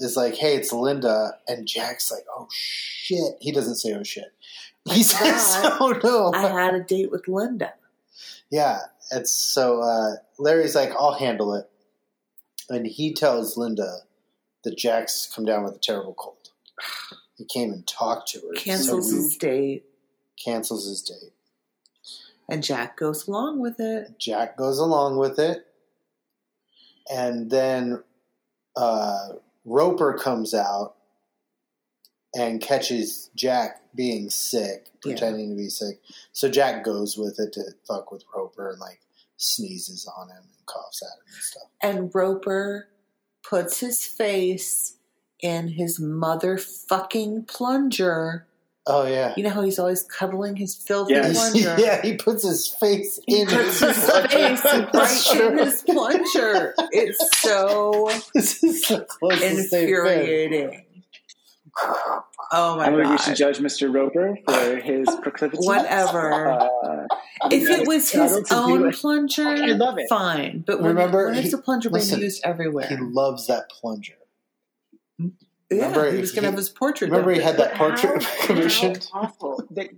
[SPEAKER 1] is like, hey, it's Linda, and Jack's like, oh shit. He doesn't say oh shit. He says,
[SPEAKER 3] forgot.
[SPEAKER 1] oh no.
[SPEAKER 3] I had a date with Linda.
[SPEAKER 1] Yeah, it's so uh, Larry's like, I'll handle it, and he tells Linda that Jack's come down with a terrible cold. He came and talked to her,
[SPEAKER 3] Cancels
[SPEAKER 1] so he
[SPEAKER 3] his date,
[SPEAKER 1] cancels his date.
[SPEAKER 3] and Jack goes along with it.
[SPEAKER 1] Jack goes along with it, and then uh, Roper comes out and catches Jack being sick,
[SPEAKER 3] Yeah.
[SPEAKER 1] pretending to be sick. So Jack goes with it to fuck with Roper and like sneezes on him and coughs at him and stuff.
[SPEAKER 3] And Roper puts his face in his motherfucking plunger.
[SPEAKER 1] Oh yeah.
[SPEAKER 3] You know how he's always cuddling his filthy
[SPEAKER 2] Yes.
[SPEAKER 3] plunger?
[SPEAKER 1] yeah, he puts his face
[SPEAKER 3] He
[SPEAKER 1] in
[SPEAKER 3] puts
[SPEAKER 1] it.
[SPEAKER 3] his face right
[SPEAKER 1] That's
[SPEAKER 3] in
[SPEAKER 1] true.
[SPEAKER 3] his plunger. It's so
[SPEAKER 1] This is the closest they've been.
[SPEAKER 3] infuriating. Oh my
[SPEAKER 2] I think
[SPEAKER 3] god!
[SPEAKER 2] we should judge Mr. Roper for his proclivity.
[SPEAKER 3] Whatever.
[SPEAKER 2] Uh,
[SPEAKER 3] if it was
[SPEAKER 2] I
[SPEAKER 3] his
[SPEAKER 2] don't
[SPEAKER 3] own
[SPEAKER 2] think he-
[SPEAKER 3] plunger,
[SPEAKER 2] I love it.
[SPEAKER 3] fine. But when,
[SPEAKER 1] Remember,
[SPEAKER 3] when it's
[SPEAKER 1] he-
[SPEAKER 3] a plunger
[SPEAKER 1] listen,
[SPEAKER 3] being used everywhere,
[SPEAKER 1] He loves that plunger.
[SPEAKER 3] yeah,
[SPEAKER 1] remember
[SPEAKER 3] he was going
[SPEAKER 1] he-
[SPEAKER 3] to have his portrait.
[SPEAKER 1] Remember, he
[SPEAKER 3] done
[SPEAKER 1] had
[SPEAKER 3] with
[SPEAKER 1] that portrait
[SPEAKER 2] How-
[SPEAKER 1] commissioned.
[SPEAKER 2] how awful that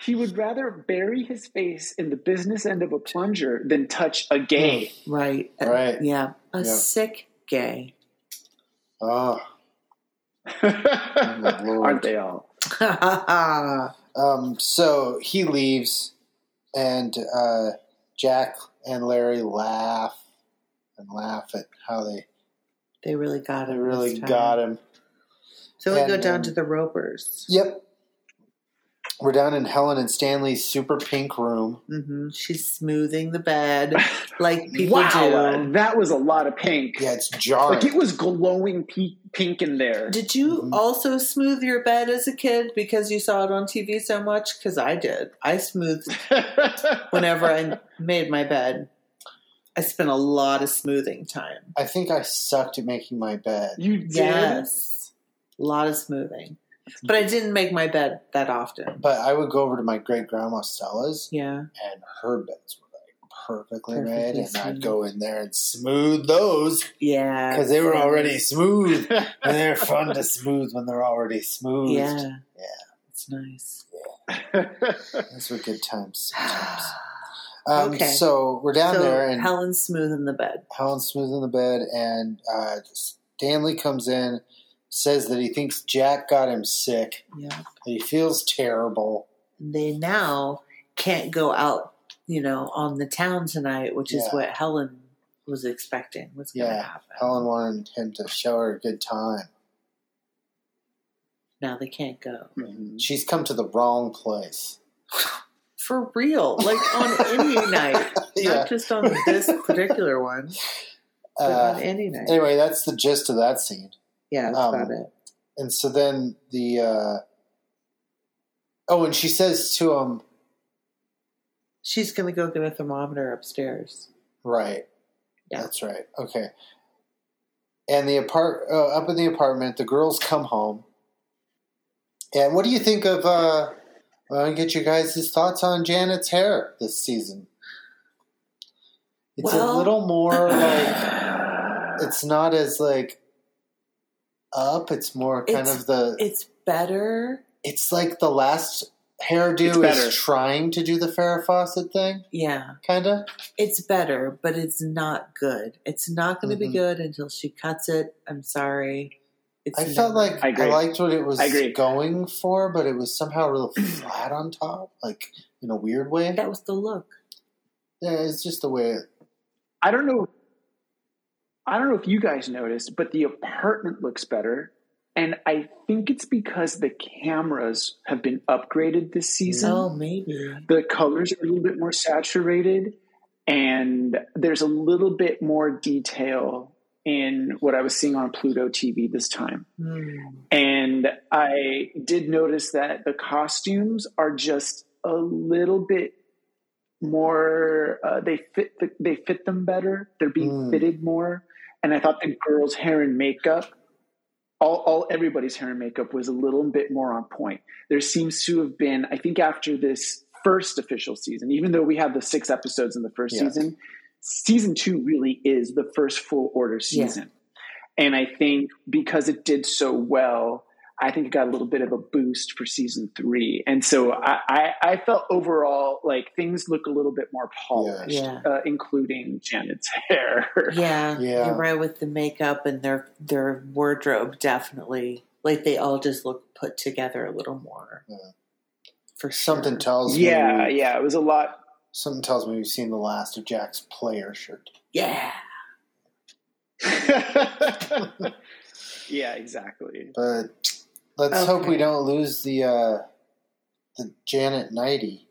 [SPEAKER 2] he would rather bury his face in the business end of a plunger than touch a gay.
[SPEAKER 3] it. right, Uh,
[SPEAKER 1] Right.
[SPEAKER 3] yeah, a
[SPEAKER 1] Yeah.
[SPEAKER 3] sick gay.
[SPEAKER 1] Oh, my
[SPEAKER 3] Mm.
[SPEAKER 1] Lord.
[SPEAKER 2] Aren't they all?
[SPEAKER 1] um, so he leaves, and uh, Jack and Larry laugh and laugh at how they,
[SPEAKER 3] they really got
[SPEAKER 1] they
[SPEAKER 3] it.
[SPEAKER 1] really got him.
[SPEAKER 3] So we
[SPEAKER 1] And,
[SPEAKER 3] go down
[SPEAKER 1] um,
[SPEAKER 3] to the ropers.
[SPEAKER 1] Yep. We're down in Helen and Stanley's super pink room.
[SPEAKER 3] hmm She's smoothing the bed like people
[SPEAKER 2] wow,
[SPEAKER 3] do.
[SPEAKER 2] uh, that was a lot of pink.
[SPEAKER 1] Yeah, it's jarring.
[SPEAKER 2] Like it was glowing pe- pink in there.
[SPEAKER 3] Did you
[SPEAKER 1] Mm-hmm.
[SPEAKER 3] also smooth your bed as a kid because you saw it on TV so much? Because I did. I smoothed whenever I made my bed. I spent a lot of smoothing time.
[SPEAKER 1] I think I sucked at making my bed.
[SPEAKER 2] you did.
[SPEAKER 3] Yes, a lot of smoothing. But I didn't make my bed that often.
[SPEAKER 1] But I would go over to my great grandma Stella's,
[SPEAKER 3] Yeah.
[SPEAKER 1] and her beds were like perfectly,
[SPEAKER 3] Perfectly
[SPEAKER 1] red, and I'd
[SPEAKER 3] smooth.
[SPEAKER 1] go in there and smooth those
[SPEAKER 3] Yeah.
[SPEAKER 1] because they were
[SPEAKER 3] so-
[SPEAKER 1] already smooth. and they're fun to smooth when they're already smoothed.
[SPEAKER 3] Yeah.
[SPEAKER 1] Yeah.
[SPEAKER 3] It's nice.
[SPEAKER 1] Those were good times. Um,
[SPEAKER 3] Okay.
[SPEAKER 1] So we're down
[SPEAKER 3] so
[SPEAKER 1] there, and
[SPEAKER 3] Helen's smooth in the bed.
[SPEAKER 1] Helen's smooth in the bed, and uh, Stanley comes in, says that he thinks Jack got him sick.
[SPEAKER 3] Yeah.
[SPEAKER 1] that He feels terrible.
[SPEAKER 3] They now can't go out, you know, on the town tonight, which is
[SPEAKER 1] Yeah.
[SPEAKER 3] what Helen was expecting was going to
[SPEAKER 1] Yeah.
[SPEAKER 3] happen.
[SPEAKER 1] Helen wanted him to show her a good time.
[SPEAKER 3] Now they can't go.
[SPEAKER 1] She's come to the wrong place.
[SPEAKER 3] For real. Like on any night.
[SPEAKER 1] yeah.
[SPEAKER 3] Not just on this particular one, but
[SPEAKER 1] Uh,
[SPEAKER 3] on any night.
[SPEAKER 1] anyway, that's the gist of that scene.
[SPEAKER 3] yeah, that's
[SPEAKER 1] um,
[SPEAKER 3] about it.
[SPEAKER 1] And so then the. Uh, oh, and she says to um, him,
[SPEAKER 3] She's going to go get a thermometer upstairs.
[SPEAKER 1] Right.
[SPEAKER 3] Yeah.
[SPEAKER 1] That's right. Okay. And the apart uh, up in the apartment, the girls come home. And what do you think of? uh I want to get you guys' thoughts on Janet's hair this season. It's
[SPEAKER 3] Well-
[SPEAKER 1] a little more like it's not as like up. It's more kind
[SPEAKER 3] It's-
[SPEAKER 1] of the.
[SPEAKER 3] It's better.
[SPEAKER 1] it's like the last
[SPEAKER 2] It's
[SPEAKER 1] hairdo
[SPEAKER 2] better.
[SPEAKER 1] is trying to do the Farrah Fawcett thing,
[SPEAKER 3] Yeah.
[SPEAKER 1] kind of.
[SPEAKER 3] It's better, but it's not good. It's not going to
[SPEAKER 1] Mhm.
[SPEAKER 3] be good until she cuts it. I'm sorry. It's
[SPEAKER 1] I
[SPEAKER 3] not-
[SPEAKER 1] felt like
[SPEAKER 2] I
[SPEAKER 1] I,
[SPEAKER 2] agree.
[SPEAKER 1] liked what it was
[SPEAKER 2] I agree.
[SPEAKER 1] going for, but it was somehow real flat on top, like in a weird way.
[SPEAKER 3] that was the look.
[SPEAKER 1] Yeah, it's just the way. It,
[SPEAKER 2] I don't know. I don't know if you guys noticed, but the apartment looks better, and I think it's because the cameras have been upgraded this season.
[SPEAKER 3] Oh, maybe.
[SPEAKER 2] The colors are a little bit more saturated, and there's a little bit more detail in what I was seeing on Pluto TV this time.
[SPEAKER 3] Hmm.
[SPEAKER 2] And I did notice that the costumes are just a little bit more. Uh, they fit. The, they fit them better. They're being
[SPEAKER 1] Mm.
[SPEAKER 2] fitted more. And I thought the girls' hair and makeup, all, all everybody's hair and makeup was a little bit more on point. There seems to have been. I think after this first official season, even though we had the six episodes in the first
[SPEAKER 1] Yeah.
[SPEAKER 2] season, season two really is the first full order
[SPEAKER 3] Yeah.
[SPEAKER 2] season. And I think because it did so well, I think it got a little bit of a boost for season three. And so I, I, I felt overall like things look a little bit more polished,
[SPEAKER 3] Yeah.
[SPEAKER 2] Uh, including Janet's hair.
[SPEAKER 3] Yeah,
[SPEAKER 1] Yeah.
[SPEAKER 3] you're right with the makeup and their their wardrobe. Definitely, like they all just look put together a little more.
[SPEAKER 1] Yeah.
[SPEAKER 3] For
[SPEAKER 1] something
[SPEAKER 3] sure.
[SPEAKER 1] tells me.
[SPEAKER 2] yeah,
[SPEAKER 1] we-
[SPEAKER 2] yeah. It was a lot.
[SPEAKER 1] Something tells me we've seen the last of Jack's player shirt.
[SPEAKER 3] yeah,
[SPEAKER 2] yeah, exactly.
[SPEAKER 1] But let's
[SPEAKER 3] Okay.
[SPEAKER 1] hope we don't lose the uh, the Janet Nighty.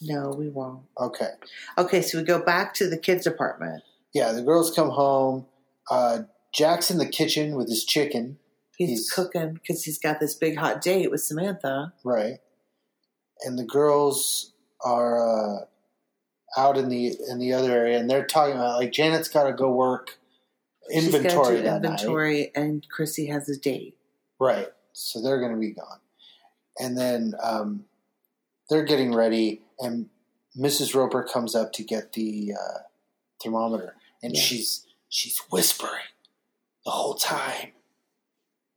[SPEAKER 3] no, we won't.
[SPEAKER 1] Okay.
[SPEAKER 3] Okay, so we go back to the kids' apartment.
[SPEAKER 1] Yeah, the girls come home. Uh, Jack's in the kitchen with his chicken.
[SPEAKER 3] He's,
[SPEAKER 1] He's-
[SPEAKER 3] cooking because he's got this big hot date with Samantha.
[SPEAKER 1] Right. And the girls are uh, out in the in the other area, and they're talking about like Janet's got to go work
[SPEAKER 3] She's gotta
[SPEAKER 1] inventory
[SPEAKER 3] do
[SPEAKER 1] that night,
[SPEAKER 3] inventory, and Chrissy has a date.
[SPEAKER 1] right? So they're going to be gone, and then um, they're getting ready, and Mrs. Roper comes up to get the uh, thermometer, and
[SPEAKER 3] Yeah.
[SPEAKER 1] she's she's whispering the whole time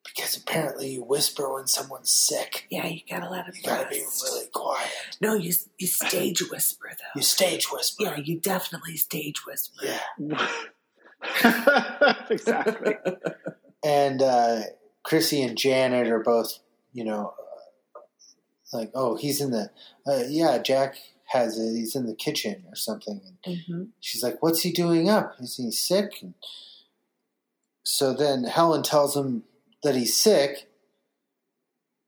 [SPEAKER 1] because apparently you whisper when someone's sick.
[SPEAKER 3] Yeah, you gotta let him
[SPEAKER 1] You got to be
[SPEAKER 3] rest.
[SPEAKER 1] really quiet.
[SPEAKER 3] No, you you stage whisper though.
[SPEAKER 1] You stage whisper.
[SPEAKER 3] Yeah, you definitely stage whisper.
[SPEAKER 1] Yeah.
[SPEAKER 2] exactly.
[SPEAKER 1] And uh, Chrissy and Janet are both, you know, uh, like, oh, he's in the, uh, yeah, Jack has it. He's in the kitchen or something. And
[SPEAKER 3] hmm
[SPEAKER 1] she's like, what's he doing up? Is he sick? And so then Helen tells him that he's sick.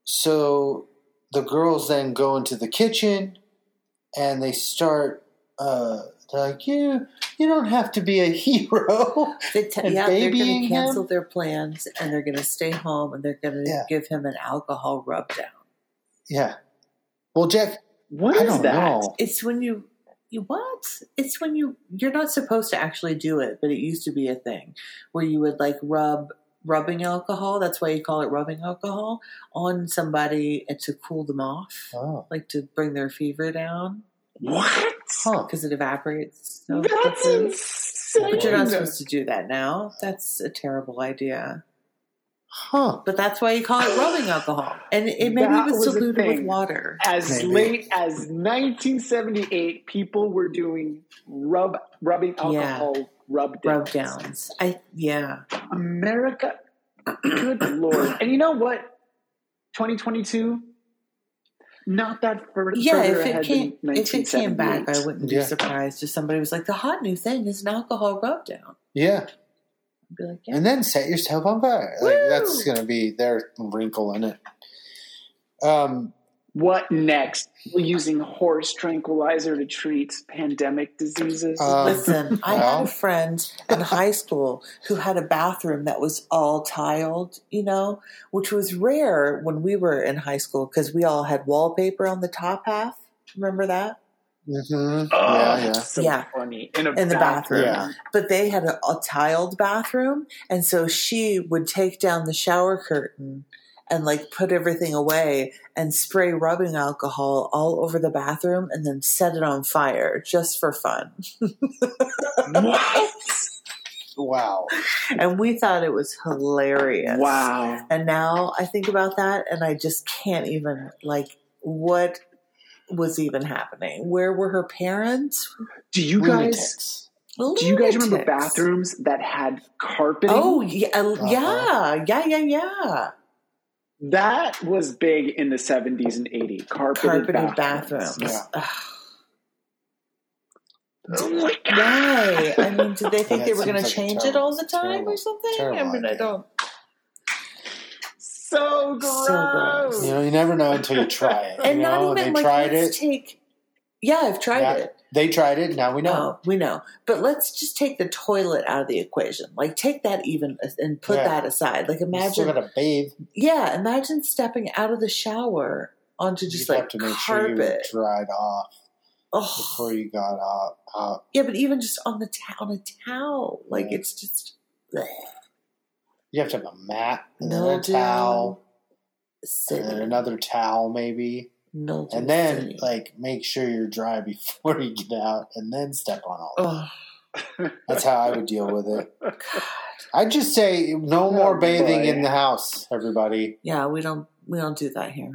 [SPEAKER 1] So the girls then go into the kitchen and they start, uh, they're like, you, you don't have to be a hero.
[SPEAKER 3] They te-
[SPEAKER 1] And
[SPEAKER 3] yeah, they're going
[SPEAKER 1] babying
[SPEAKER 3] to
[SPEAKER 1] him?
[SPEAKER 3] cancel their plans and they're going to stay home and they're going to
[SPEAKER 1] Yeah.
[SPEAKER 3] give him an alcohol rub down.
[SPEAKER 1] yeah. Well, Jack,
[SPEAKER 2] What
[SPEAKER 1] I
[SPEAKER 2] is
[SPEAKER 1] don't
[SPEAKER 2] that?
[SPEAKER 1] know.
[SPEAKER 3] It's when you you what? It's when you you're not supposed to actually do it, but it used to be a thing where you would like rub rubbing alcohol. That's why you call it rubbing alcohol on somebody and to cool them off,
[SPEAKER 1] Oh,
[SPEAKER 3] like to bring their fever down.
[SPEAKER 2] What?
[SPEAKER 1] Huh.
[SPEAKER 3] because it evaporates. So
[SPEAKER 2] That's
[SPEAKER 3] quickly.
[SPEAKER 2] insane.
[SPEAKER 3] But you're not supposed to do that now. That's a terrible idea.
[SPEAKER 1] Huh.
[SPEAKER 3] But that's why you call it rubbing alcohol. And it maybe
[SPEAKER 2] That
[SPEAKER 3] it was
[SPEAKER 2] was a
[SPEAKER 3] diluted with
[SPEAKER 2] thing.
[SPEAKER 3] water.
[SPEAKER 2] as
[SPEAKER 1] Maybe.
[SPEAKER 2] late as 1978, people were doing rub rubbing alcohol rub down.
[SPEAKER 3] Rub downs. I yeah.
[SPEAKER 2] America, good lord! And you know what? 2022, not that fur-
[SPEAKER 3] Yeah,
[SPEAKER 2] further
[SPEAKER 3] if it
[SPEAKER 2] ahead
[SPEAKER 3] came
[SPEAKER 2] than
[SPEAKER 3] if it came back, I
[SPEAKER 2] 1978.
[SPEAKER 3] wouldn't
[SPEAKER 1] Yeah.
[SPEAKER 3] be surprised if somebody was like, The hot new thing is an alcohol rub down.
[SPEAKER 1] Yeah.
[SPEAKER 3] I'd be like, Yeah.
[SPEAKER 1] And then set yourself on fire. Like
[SPEAKER 3] Woo!
[SPEAKER 1] that's gonna be their wrinkle in it. Um
[SPEAKER 2] What next? We're using horse tranquilizer to treat pandemic diseases.
[SPEAKER 1] Uh,
[SPEAKER 3] Listen, I had
[SPEAKER 1] Well.
[SPEAKER 3] a friend in high school who had a bathroom that was all tiled, you know, which was rare when we were in high school because we all had wallpaper on the top half. Remember that?
[SPEAKER 1] mhm.
[SPEAKER 2] Oh,
[SPEAKER 1] Yeah, yeah.
[SPEAKER 2] that's so
[SPEAKER 3] Yeah.
[SPEAKER 2] funny. In, a
[SPEAKER 3] in the bathroom.
[SPEAKER 1] Yeah.
[SPEAKER 3] But they had a, a tiled bathroom, and so she would take down the shower curtain and like put everything away and spray rubbing alcohol all over the bathroom and then set it on fire just for fun.
[SPEAKER 2] What?
[SPEAKER 1] Wow.
[SPEAKER 3] And we thought it was hilarious.
[SPEAKER 2] Wow.
[SPEAKER 3] And now I think about that and I just can't even like what was even happening? Where were her parents?
[SPEAKER 2] Do you guys?
[SPEAKER 1] Lunatics.
[SPEAKER 2] Do you guys remember
[SPEAKER 3] Lunatics.
[SPEAKER 2] bathrooms that had carpeting?
[SPEAKER 3] Oh yeah,
[SPEAKER 2] Uh-huh.
[SPEAKER 3] yeah, yeah, yeah, yeah.
[SPEAKER 2] that was big in the 70s and 80s. Carpeted,
[SPEAKER 3] carpeted
[SPEAKER 2] bathrooms.
[SPEAKER 3] bathrooms.
[SPEAKER 1] Yeah.
[SPEAKER 3] Ugh,
[SPEAKER 2] Oh my
[SPEAKER 3] Why? I mean, did they think
[SPEAKER 1] Yeah,
[SPEAKER 3] they
[SPEAKER 1] it
[SPEAKER 3] were going to
[SPEAKER 1] seems like a
[SPEAKER 3] change it
[SPEAKER 1] terrible-
[SPEAKER 3] all the time
[SPEAKER 1] terrible-
[SPEAKER 3] or something? I
[SPEAKER 1] terrible
[SPEAKER 3] mean, I
[SPEAKER 1] idea.
[SPEAKER 3] don't.
[SPEAKER 2] So gross.
[SPEAKER 3] So gross.
[SPEAKER 1] You know, you never know until you try it.
[SPEAKER 3] And
[SPEAKER 1] you know,
[SPEAKER 3] not
[SPEAKER 1] and
[SPEAKER 3] even
[SPEAKER 1] they
[SPEAKER 3] like
[SPEAKER 1] tried
[SPEAKER 3] let's
[SPEAKER 1] it.
[SPEAKER 3] take. Yeah, I've tried
[SPEAKER 1] Yeah.
[SPEAKER 3] it.
[SPEAKER 1] They tried it, now we know.
[SPEAKER 3] No, we know. But let's just take the toilet out of the equation. Like, take that even uh, and put
[SPEAKER 1] Yeah.
[SPEAKER 3] that aside. Like,
[SPEAKER 1] You still
[SPEAKER 3] imagine.
[SPEAKER 1] gotta bathe.
[SPEAKER 3] yeah, imagine stepping out of the shower onto just
[SPEAKER 1] You'd
[SPEAKER 3] like
[SPEAKER 1] have to make
[SPEAKER 3] carpet.
[SPEAKER 1] sure you dried off
[SPEAKER 3] oh,
[SPEAKER 1] before you got out. out.
[SPEAKER 3] yeah, but even just on the ta- on a towel, like
[SPEAKER 1] Yeah.
[SPEAKER 3] it's just. bleh.
[SPEAKER 1] You have to have a mat and then a
[SPEAKER 3] Mildew.
[SPEAKER 1] towel
[SPEAKER 3] Silly.
[SPEAKER 1] and then another towel maybe.
[SPEAKER 3] Mildew
[SPEAKER 1] And then
[SPEAKER 3] City.
[SPEAKER 1] like make sure you're dry before you get out and then step on all.
[SPEAKER 2] Oh.
[SPEAKER 3] Ugh.
[SPEAKER 1] That's how I would deal with it. I'd just say no
[SPEAKER 2] Oh,
[SPEAKER 1] more bathing
[SPEAKER 2] boy.
[SPEAKER 1] in the house, everybody.
[SPEAKER 3] yeah, we don't we don't do that here.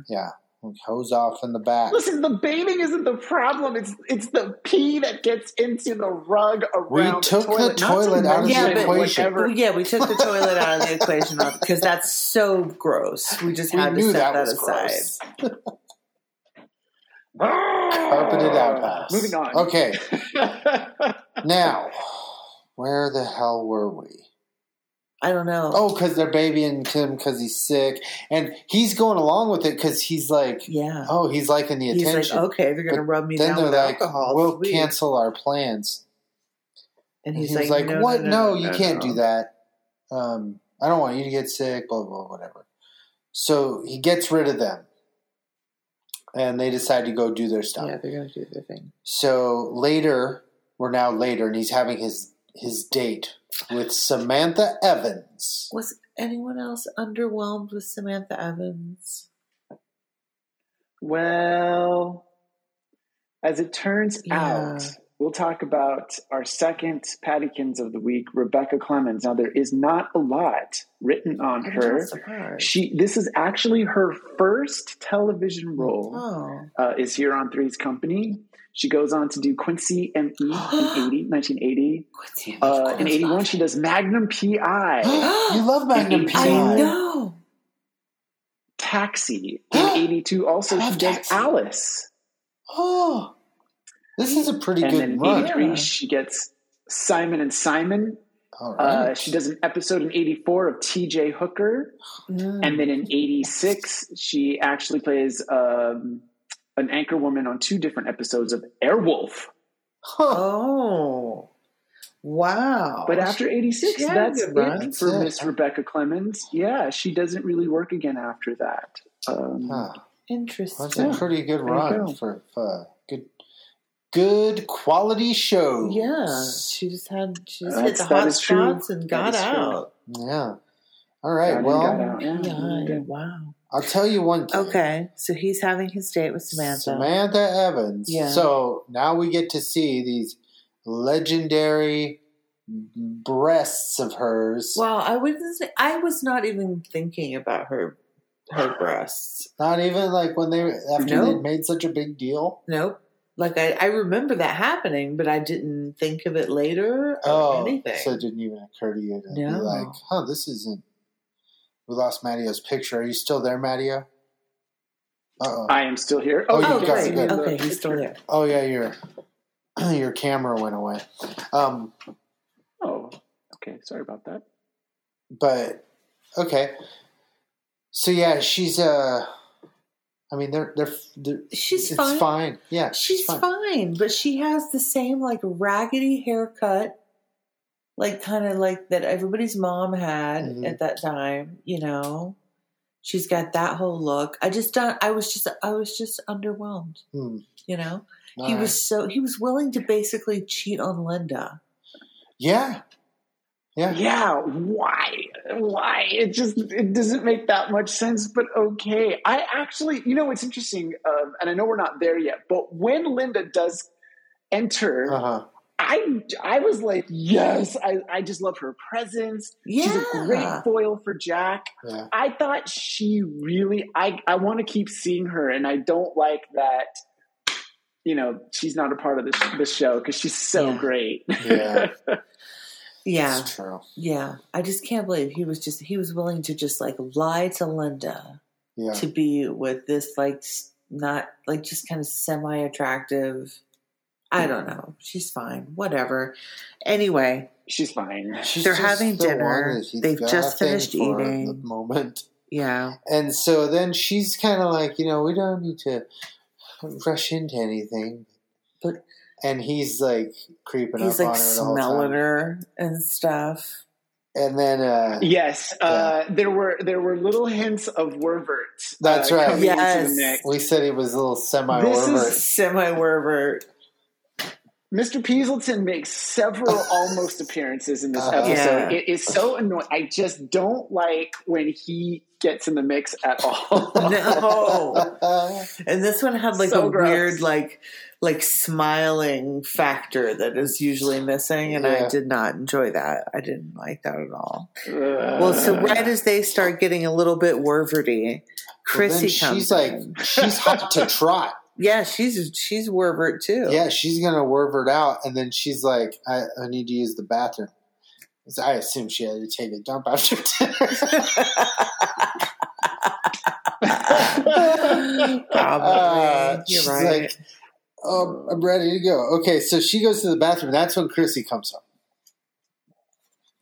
[SPEAKER 1] Hose off in the back.
[SPEAKER 2] Listen, the bathing isn't the problem. It's it's the pee that gets into the rug around.
[SPEAKER 1] We took the
[SPEAKER 2] toilet, not to
[SPEAKER 1] toilet out
[SPEAKER 3] of the
[SPEAKER 2] mention
[SPEAKER 1] equation.
[SPEAKER 2] whatever-
[SPEAKER 3] Well, yeah, we took the toilet out of the equation because that's so gross. We just
[SPEAKER 1] We
[SPEAKER 3] had
[SPEAKER 1] knew
[SPEAKER 3] to
[SPEAKER 1] that
[SPEAKER 3] set that,
[SPEAKER 1] was
[SPEAKER 3] aside.
[SPEAKER 1] gross. Carpeted
[SPEAKER 2] Carpeted
[SPEAKER 1] outhouse.
[SPEAKER 2] Ah! Oh, Moving on.
[SPEAKER 1] Okay, now where the hell were we?
[SPEAKER 3] I don't know.
[SPEAKER 1] Oh, because they're babying him because he's sick, and he's going along with it because he's like,
[SPEAKER 3] yeah.
[SPEAKER 1] oh, he's liking the
[SPEAKER 3] He's
[SPEAKER 1] attention.
[SPEAKER 3] like, okay, they're gonna
[SPEAKER 1] But
[SPEAKER 3] rub me
[SPEAKER 1] then
[SPEAKER 3] down
[SPEAKER 1] they're
[SPEAKER 3] with
[SPEAKER 1] like,
[SPEAKER 3] alcohol.
[SPEAKER 1] we'll
[SPEAKER 3] Sweet.
[SPEAKER 1] cancel our plans.
[SPEAKER 3] And
[SPEAKER 1] And
[SPEAKER 3] he's,
[SPEAKER 1] he was like, what? No, you
[SPEAKER 3] no,
[SPEAKER 1] can't
[SPEAKER 3] no."
[SPEAKER 1] do that. Um, I don't want you to get sick. Blah blah whatever. So he gets rid of them, and they decide to go do their stuff.
[SPEAKER 3] Yeah, they're gonna do their thing.
[SPEAKER 1] So later, we're now later, and he's having his his date with Samantha Evans.
[SPEAKER 3] Was anyone else underwhelmed with Samantha Evans?
[SPEAKER 2] Well, as it turns
[SPEAKER 3] Yeah.
[SPEAKER 2] out, we'll talk about our second Pattykins of the week, Rebecca Clemens. Now, there is not a lot written on
[SPEAKER 3] I'm
[SPEAKER 2] her.
[SPEAKER 3] not surprised.
[SPEAKER 2] She, this is actually her first television role.
[SPEAKER 3] Oh,
[SPEAKER 2] Uh, is here on Three's Company. She goes on to do Quincy M.E. in 80, 1980.
[SPEAKER 3] Quincy Evans
[SPEAKER 2] Uh, in 81, she does Magnum P.I.
[SPEAKER 1] you love Magnum
[SPEAKER 2] In
[SPEAKER 1] PI.
[SPEAKER 3] I know.
[SPEAKER 2] Taxi. In 82, also
[SPEAKER 1] I
[SPEAKER 2] she
[SPEAKER 1] love
[SPEAKER 2] does
[SPEAKER 1] Taxi.
[SPEAKER 2] Alice.
[SPEAKER 1] Oh, this is a pretty
[SPEAKER 2] and
[SPEAKER 1] good
[SPEAKER 2] then uh,
[SPEAKER 1] run.
[SPEAKER 2] in 83
[SPEAKER 3] Yeah.
[SPEAKER 2] she gets simon and simon
[SPEAKER 1] All
[SPEAKER 2] uh,
[SPEAKER 1] right.
[SPEAKER 2] she does an episode in 84 of tj hooker and then in 86 she actually plays um, an anchor woman on two different episodes of airwolf
[SPEAKER 1] Huh.
[SPEAKER 3] Oh, wow!
[SPEAKER 1] Oh,
[SPEAKER 2] but after 86
[SPEAKER 3] she had a
[SPEAKER 2] that's
[SPEAKER 3] good run.
[SPEAKER 2] it for
[SPEAKER 1] That's it.
[SPEAKER 2] miss rebecca clemens yeah she doesn't really work again after that um,
[SPEAKER 1] Huh. That's
[SPEAKER 3] interesting.
[SPEAKER 1] a pretty good
[SPEAKER 2] you
[SPEAKER 1] run
[SPEAKER 2] go.
[SPEAKER 1] for uh, good good quality shows.
[SPEAKER 3] Yeah, she just had she just
[SPEAKER 2] That's-
[SPEAKER 3] hit the
[SPEAKER 2] that
[SPEAKER 3] hot
[SPEAKER 2] is true.
[SPEAKER 3] spots and
[SPEAKER 2] That
[SPEAKER 3] got
[SPEAKER 2] is true.
[SPEAKER 3] out.
[SPEAKER 1] Yeah. All
[SPEAKER 2] got
[SPEAKER 1] right.
[SPEAKER 2] in,
[SPEAKER 1] well,
[SPEAKER 2] got out. Yeah,
[SPEAKER 3] Yeah,
[SPEAKER 2] really good.
[SPEAKER 3] wow.
[SPEAKER 1] I'll tell you one thing.
[SPEAKER 3] Mm-hmm. Okay, so he's having his date with Samantha.
[SPEAKER 1] Samantha Evans.
[SPEAKER 3] Yeah.
[SPEAKER 1] So now we get to see these legendary breasts of hers.
[SPEAKER 3] Well, I was I was not even thinking about her her breasts.
[SPEAKER 1] Not even like when they after
[SPEAKER 3] No.
[SPEAKER 1] they made such a big deal.
[SPEAKER 3] Nope. Like I, I remember that happening, but I didn't think of it later or
[SPEAKER 1] Oh,
[SPEAKER 3] anything.
[SPEAKER 1] so it didn't even occur to you to be
[SPEAKER 3] No.
[SPEAKER 1] like, "Huh, this isn't." We lost Mattio's picture. Are you still there, Mattio? Uh oh.
[SPEAKER 2] I am still here.
[SPEAKER 1] Oh,
[SPEAKER 3] oh,
[SPEAKER 1] you got
[SPEAKER 3] great.
[SPEAKER 1] it, good.
[SPEAKER 3] Okay, he's still there.
[SPEAKER 1] Oh yeah, your your camera went away. Um,
[SPEAKER 2] Oh, okay. Sorry about that.
[SPEAKER 1] but okay. So yeah, she's uh I mean, they're they're, they're
[SPEAKER 3] She's
[SPEAKER 1] it's
[SPEAKER 3] fine.
[SPEAKER 1] fine. Yeah,
[SPEAKER 3] She's fine. but she has the same like raggedy haircut, like kind of like that everybody's mom had
[SPEAKER 1] Mhm.
[SPEAKER 3] at that time. You know, she's got that whole look. I just don't. I was just I was just underwhelmed.
[SPEAKER 1] Hmm.
[SPEAKER 3] You know,
[SPEAKER 1] All
[SPEAKER 3] he
[SPEAKER 1] right.
[SPEAKER 3] was so he was willing to basically cheat on Linda.
[SPEAKER 1] yeah, yeah.
[SPEAKER 2] Yeah, why? Why? It just it doesn't make that much sense, but okay. I actually, you know, it's interesting, um, and I know we're not there yet, but when Linda does enter,
[SPEAKER 1] Uh huh.
[SPEAKER 2] I I was like, yes, I, I just love her presence.
[SPEAKER 3] Yeah,
[SPEAKER 2] She's a great foil for Jack.
[SPEAKER 1] Yeah.
[SPEAKER 2] I thought she really I I want to keep seeing her and I don't like that you know, she's not a part of this this show cuz she's so
[SPEAKER 3] Yeah.
[SPEAKER 2] great.
[SPEAKER 1] Yeah.
[SPEAKER 3] yeah.
[SPEAKER 1] It's true.
[SPEAKER 3] Yeah, I just can't believe he was just he was willing to just like lie to Linda
[SPEAKER 1] Yeah.
[SPEAKER 3] to be with this like s- not like just kind of semi attractive. I don't know. She's fine. Whatever. Anyway,
[SPEAKER 2] She's fine.
[SPEAKER 1] She's
[SPEAKER 3] They're
[SPEAKER 1] just
[SPEAKER 3] having
[SPEAKER 1] the one
[SPEAKER 3] dinner.
[SPEAKER 1] that he's
[SPEAKER 3] They've
[SPEAKER 1] got
[SPEAKER 3] just
[SPEAKER 1] a thing
[SPEAKER 3] finished
[SPEAKER 1] for at
[SPEAKER 3] eating.
[SPEAKER 1] the moment.
[SPEAKER 3] yeah,
[SPEAKER 1] And so then she's kind of like, you know, we don't need to rush into anything.
[SPEAKER 3] But-
[SPEAKER 1] and he's like creeping
[SPEAKER 3] he's
[SPEAKER 1] up on
[SPEAKER 3] like
[SPEAKER 1] her the whole
[SPEAKER 3] smelling
[SPEAKER 1] time.
[SPEAKER 3] her and stuff.
[SPEAKER 1] And then uh,
[SPEAKER 2] Yes, uh, there were there were little hints of Wervert.
[SPEAKER 1] That's
[SPEAKER 2] uh,
[SPEAKER 1] right.
[SPEAKER 2] coming into the
[SPEAKER 3] Yes.
[SPEAKER 2] mix.
[SPEAKER 1] we said he was a little semi
[SPEAKER 2] This
[SPEAKER 1] over.
[SPEAKER 2] is-
[SPEAKER 3] Semi Werber.
[SPEAKER 2] Mr. Peaselton makes several almost appearances in this
[SPEAKER 1] Uh-huh.
[SPEAKER 2] episode.
[SPEAKER 3] Yeah.
[SPEAKER 2] It is so annoying. I just don't like when he gets in the mix at all.
[SPEAKER 3] No, and this one had like
[SPEAKER 2] So
[SPEAKER 3] a
[SPEAKER 2] gross.
[SPEAKER 3] weird like like smiling factor that is usually missing, and
[SPEAKER 1] Yeah.
[SPEAKER 3] I did not enjoy that. I didn't like that at all.
[SPEAKER 1] Uh,
[SPEAKER 3] Well,
[SPEAKER 2] well,
[SPEAKER 3] so right as they start getting a little bit werverty, Chrissy
[SPEAKER 1] then she's
[SPEAKER 3] comes.
[SPEAKER 1] like,
[SPEAKER 3] in.
[SPEAKER 1] she's hot to trot.
[SPEAKER 3] yeah, she's she's wervert too.
[SPEAKER 1] Yeah, she's gonna wervert out, and then she's like, I, I need to use the bathroom. So I assume she had to take a dump after dinner.
[SPEAKER 3] Probably.
[SPEAKER 1] Uh,
[SPEAKER 3] You're
[SPEAKER 1] she's
[SPEAKER 3] right.
[SPEAKER 1] like, oh, I'm ready to go. Okay, so she goes to the bathroom. That's when Chrissy comes up.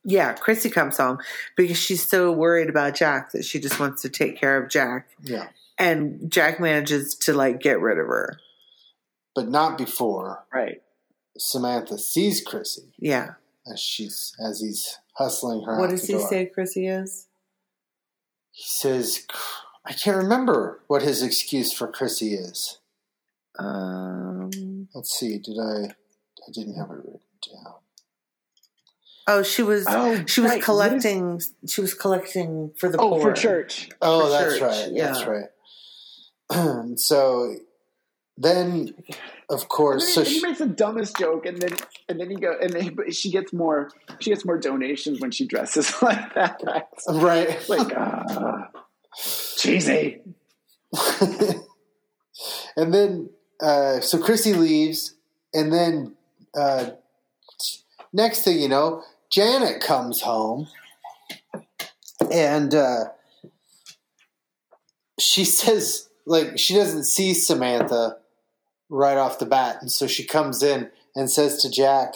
[SPEAKER 3] yeah, Chrissy comes home because she's so worried about Jack that she just wants to take care of Jack.
[SPEAKER 1] Yeah,
[SPEAKER 3] And Jack manages to like get rid of her.
[SPEAKER 1] but not before
[SPEAKER 2] right.
[SPEAKER 1] Samantha sees Chrissy
[SPEAKER 3] Yeah.
[SPEAKER 1] as she's as he's hustling her.
[SPEAKER 3] what
[SPEAKER 1] out
[SPEAKER 3] does
[SPEAKER 1] the
[SPEAKER 3] he
[SPEAKER 1] door.
[SPEAKER 3] say Chrissy is?
[SPEAKER 1] He says, "Cr- I can't remember what his excuse for Chrissy is.
[SPEAKER 3] Um,
[SPEAKER 1] Let's see. Did I? I didn't have it written down.
[SPEAKER 3] oh, she was
[SPEAKER 2] Oh,
[SPEAKER 3] she was
[SPEAKER 2] right.
[SPEAKER 3] collecting she was collecting for the
[SPEAKER 2] Oh,
[SPEAKER 3] poor.
[SPEAKER 2] for church.
[SPEAKER 1] Oh,
[SPEAKER 3] For
[SPEAKER 1] that's
[SPEAKER 3] church,
[SPEAKER 1] right. That's
[SPEAKER 3] yeah.
[SPEAKER 1] right. so then, of
[SPEAKER 2] And
[SPEAKER 1] course,
[SPEAKER 2] then
[SPEAKER 1] so
[SPEAKER 2] he,
[SPEAKER 1] she,
[SPEAKER 2] he makes the dumbest joke, and then and then he go and then but she gets more she gets more donations when she dresses like that. It's
[SPEAKER 1] right.
[SPEAKER 2] like ah, cheesy.
[SPEAKER 1] and then uh, so Chrissy leaves, and then uh, next thing you know, Janet comes home, and uh, she says like she doesn't see Samantha right off the bat, and so she comes in and says to Jack.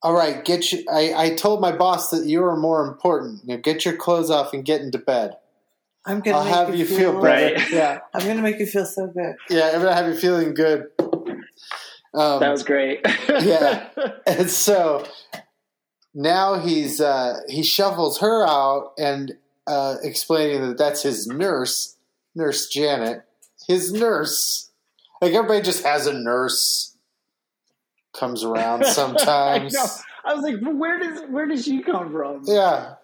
[SPEAKER 1] All right, get you. I, I told my boss that you were more important. Now get your clothes off and get into bed.
[SPEAKER 3] I'm gonna
[SPEAKER 1] I'll
[SPEAKER 3] make
[SPEAKER 1] have you feel better.
[SPEAKER 2] Right.
[SPEAKER 1] Yeah.
[SPEAKER 3] I'm gonna make you feel so good.
[SPEAKER 1] Yeah, I'm gonna have you feeling good. Um,
[SPEAKER 2] That was great.
[SPEAKER 1] Yeah. and so now he's uh, he shuffles her out and uh, explaining that that's his nurse, Nurse Janet, his nurse. Like everybody just has a nurse. Comes around sometimes.
[SPEAKER 2] I know. I was like, where does where does she come from?
[SPEAKER 1] Yeah.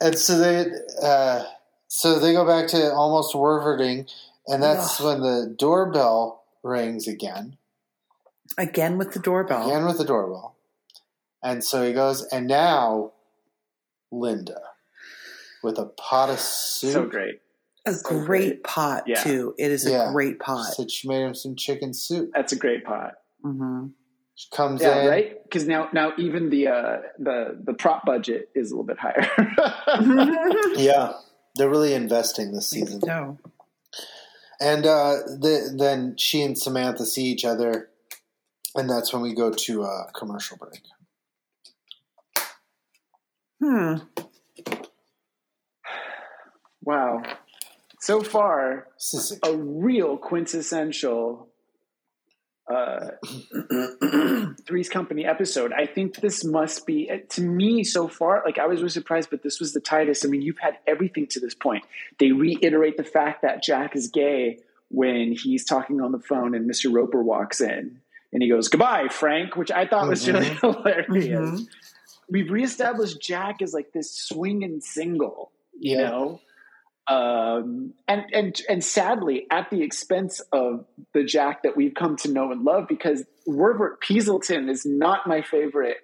[SPEAKER 1] And so they, uh, So they go back to almost Werverding, and that's
[SPEAKER 3] Ugh.
[SPEAKER 1] when the doorbell rings again,
[SPEAKER 3] Again with the doorbell.
[SPEAKER 1] again with the doorbell. And so he goes, and now Linda with a pot of soup.
[SPEAKER 2] So great.
[SPEAKER 3] a
[SPEAKER 2] So
[SPEAKER 3] great,
[SPEAKER 2] great.
[SPEAKER 3] pot
[SPEAKER 2] Yeah.
[SPEAKER 3] too. It is
[SPEAKER 1] Yeah.
[SPEAKER 3] a great pot.
[SPEAKER 1] Said she made him some chicken soup.
[SPEAKER 2] That's a great pot.
[SPEAKER 3] hmm
[SPEAKER 1] She comes
[SPEAKER 2] Yeah,
[SPEAKER 1] in.
[SPEAKER 2] right. Because now, now even the uh, the the prop budget is a little bit higher.
[SPEAKER 1] Yeah, they're really investing this season.
[SPEAKER 3] no,
[SPEAKER 1] And uh, the, then she and Samantha see each other, and that's when we go to uh, commercial break.
[SPEAKER 3] hmm.
[SPEAKER 2] wow. So far,
[SPEAKER 1] This is
[SPEAKER 2] a real quintessential uh, Three's Company episode. I think this must be to me so far. Like I was really surprised, but this was the tightest. I mean, you've had everything to this point. They reiterate the fact that Jack is gay when he's talking on the phone, and Mr. Roper walks in. And he goes, Goodbye, Frank, which I thought was really hilarious.
[SPEAKER 3] Mhm.
[SPEAKER 2] We've reestablished Jack as like this swinging single you
[SPEAKER 1] Yeah.
[SPEAKER 2] know um and and and sadly at the expense of the jack that we've come to know and love because Robert Peaselton is not my favorite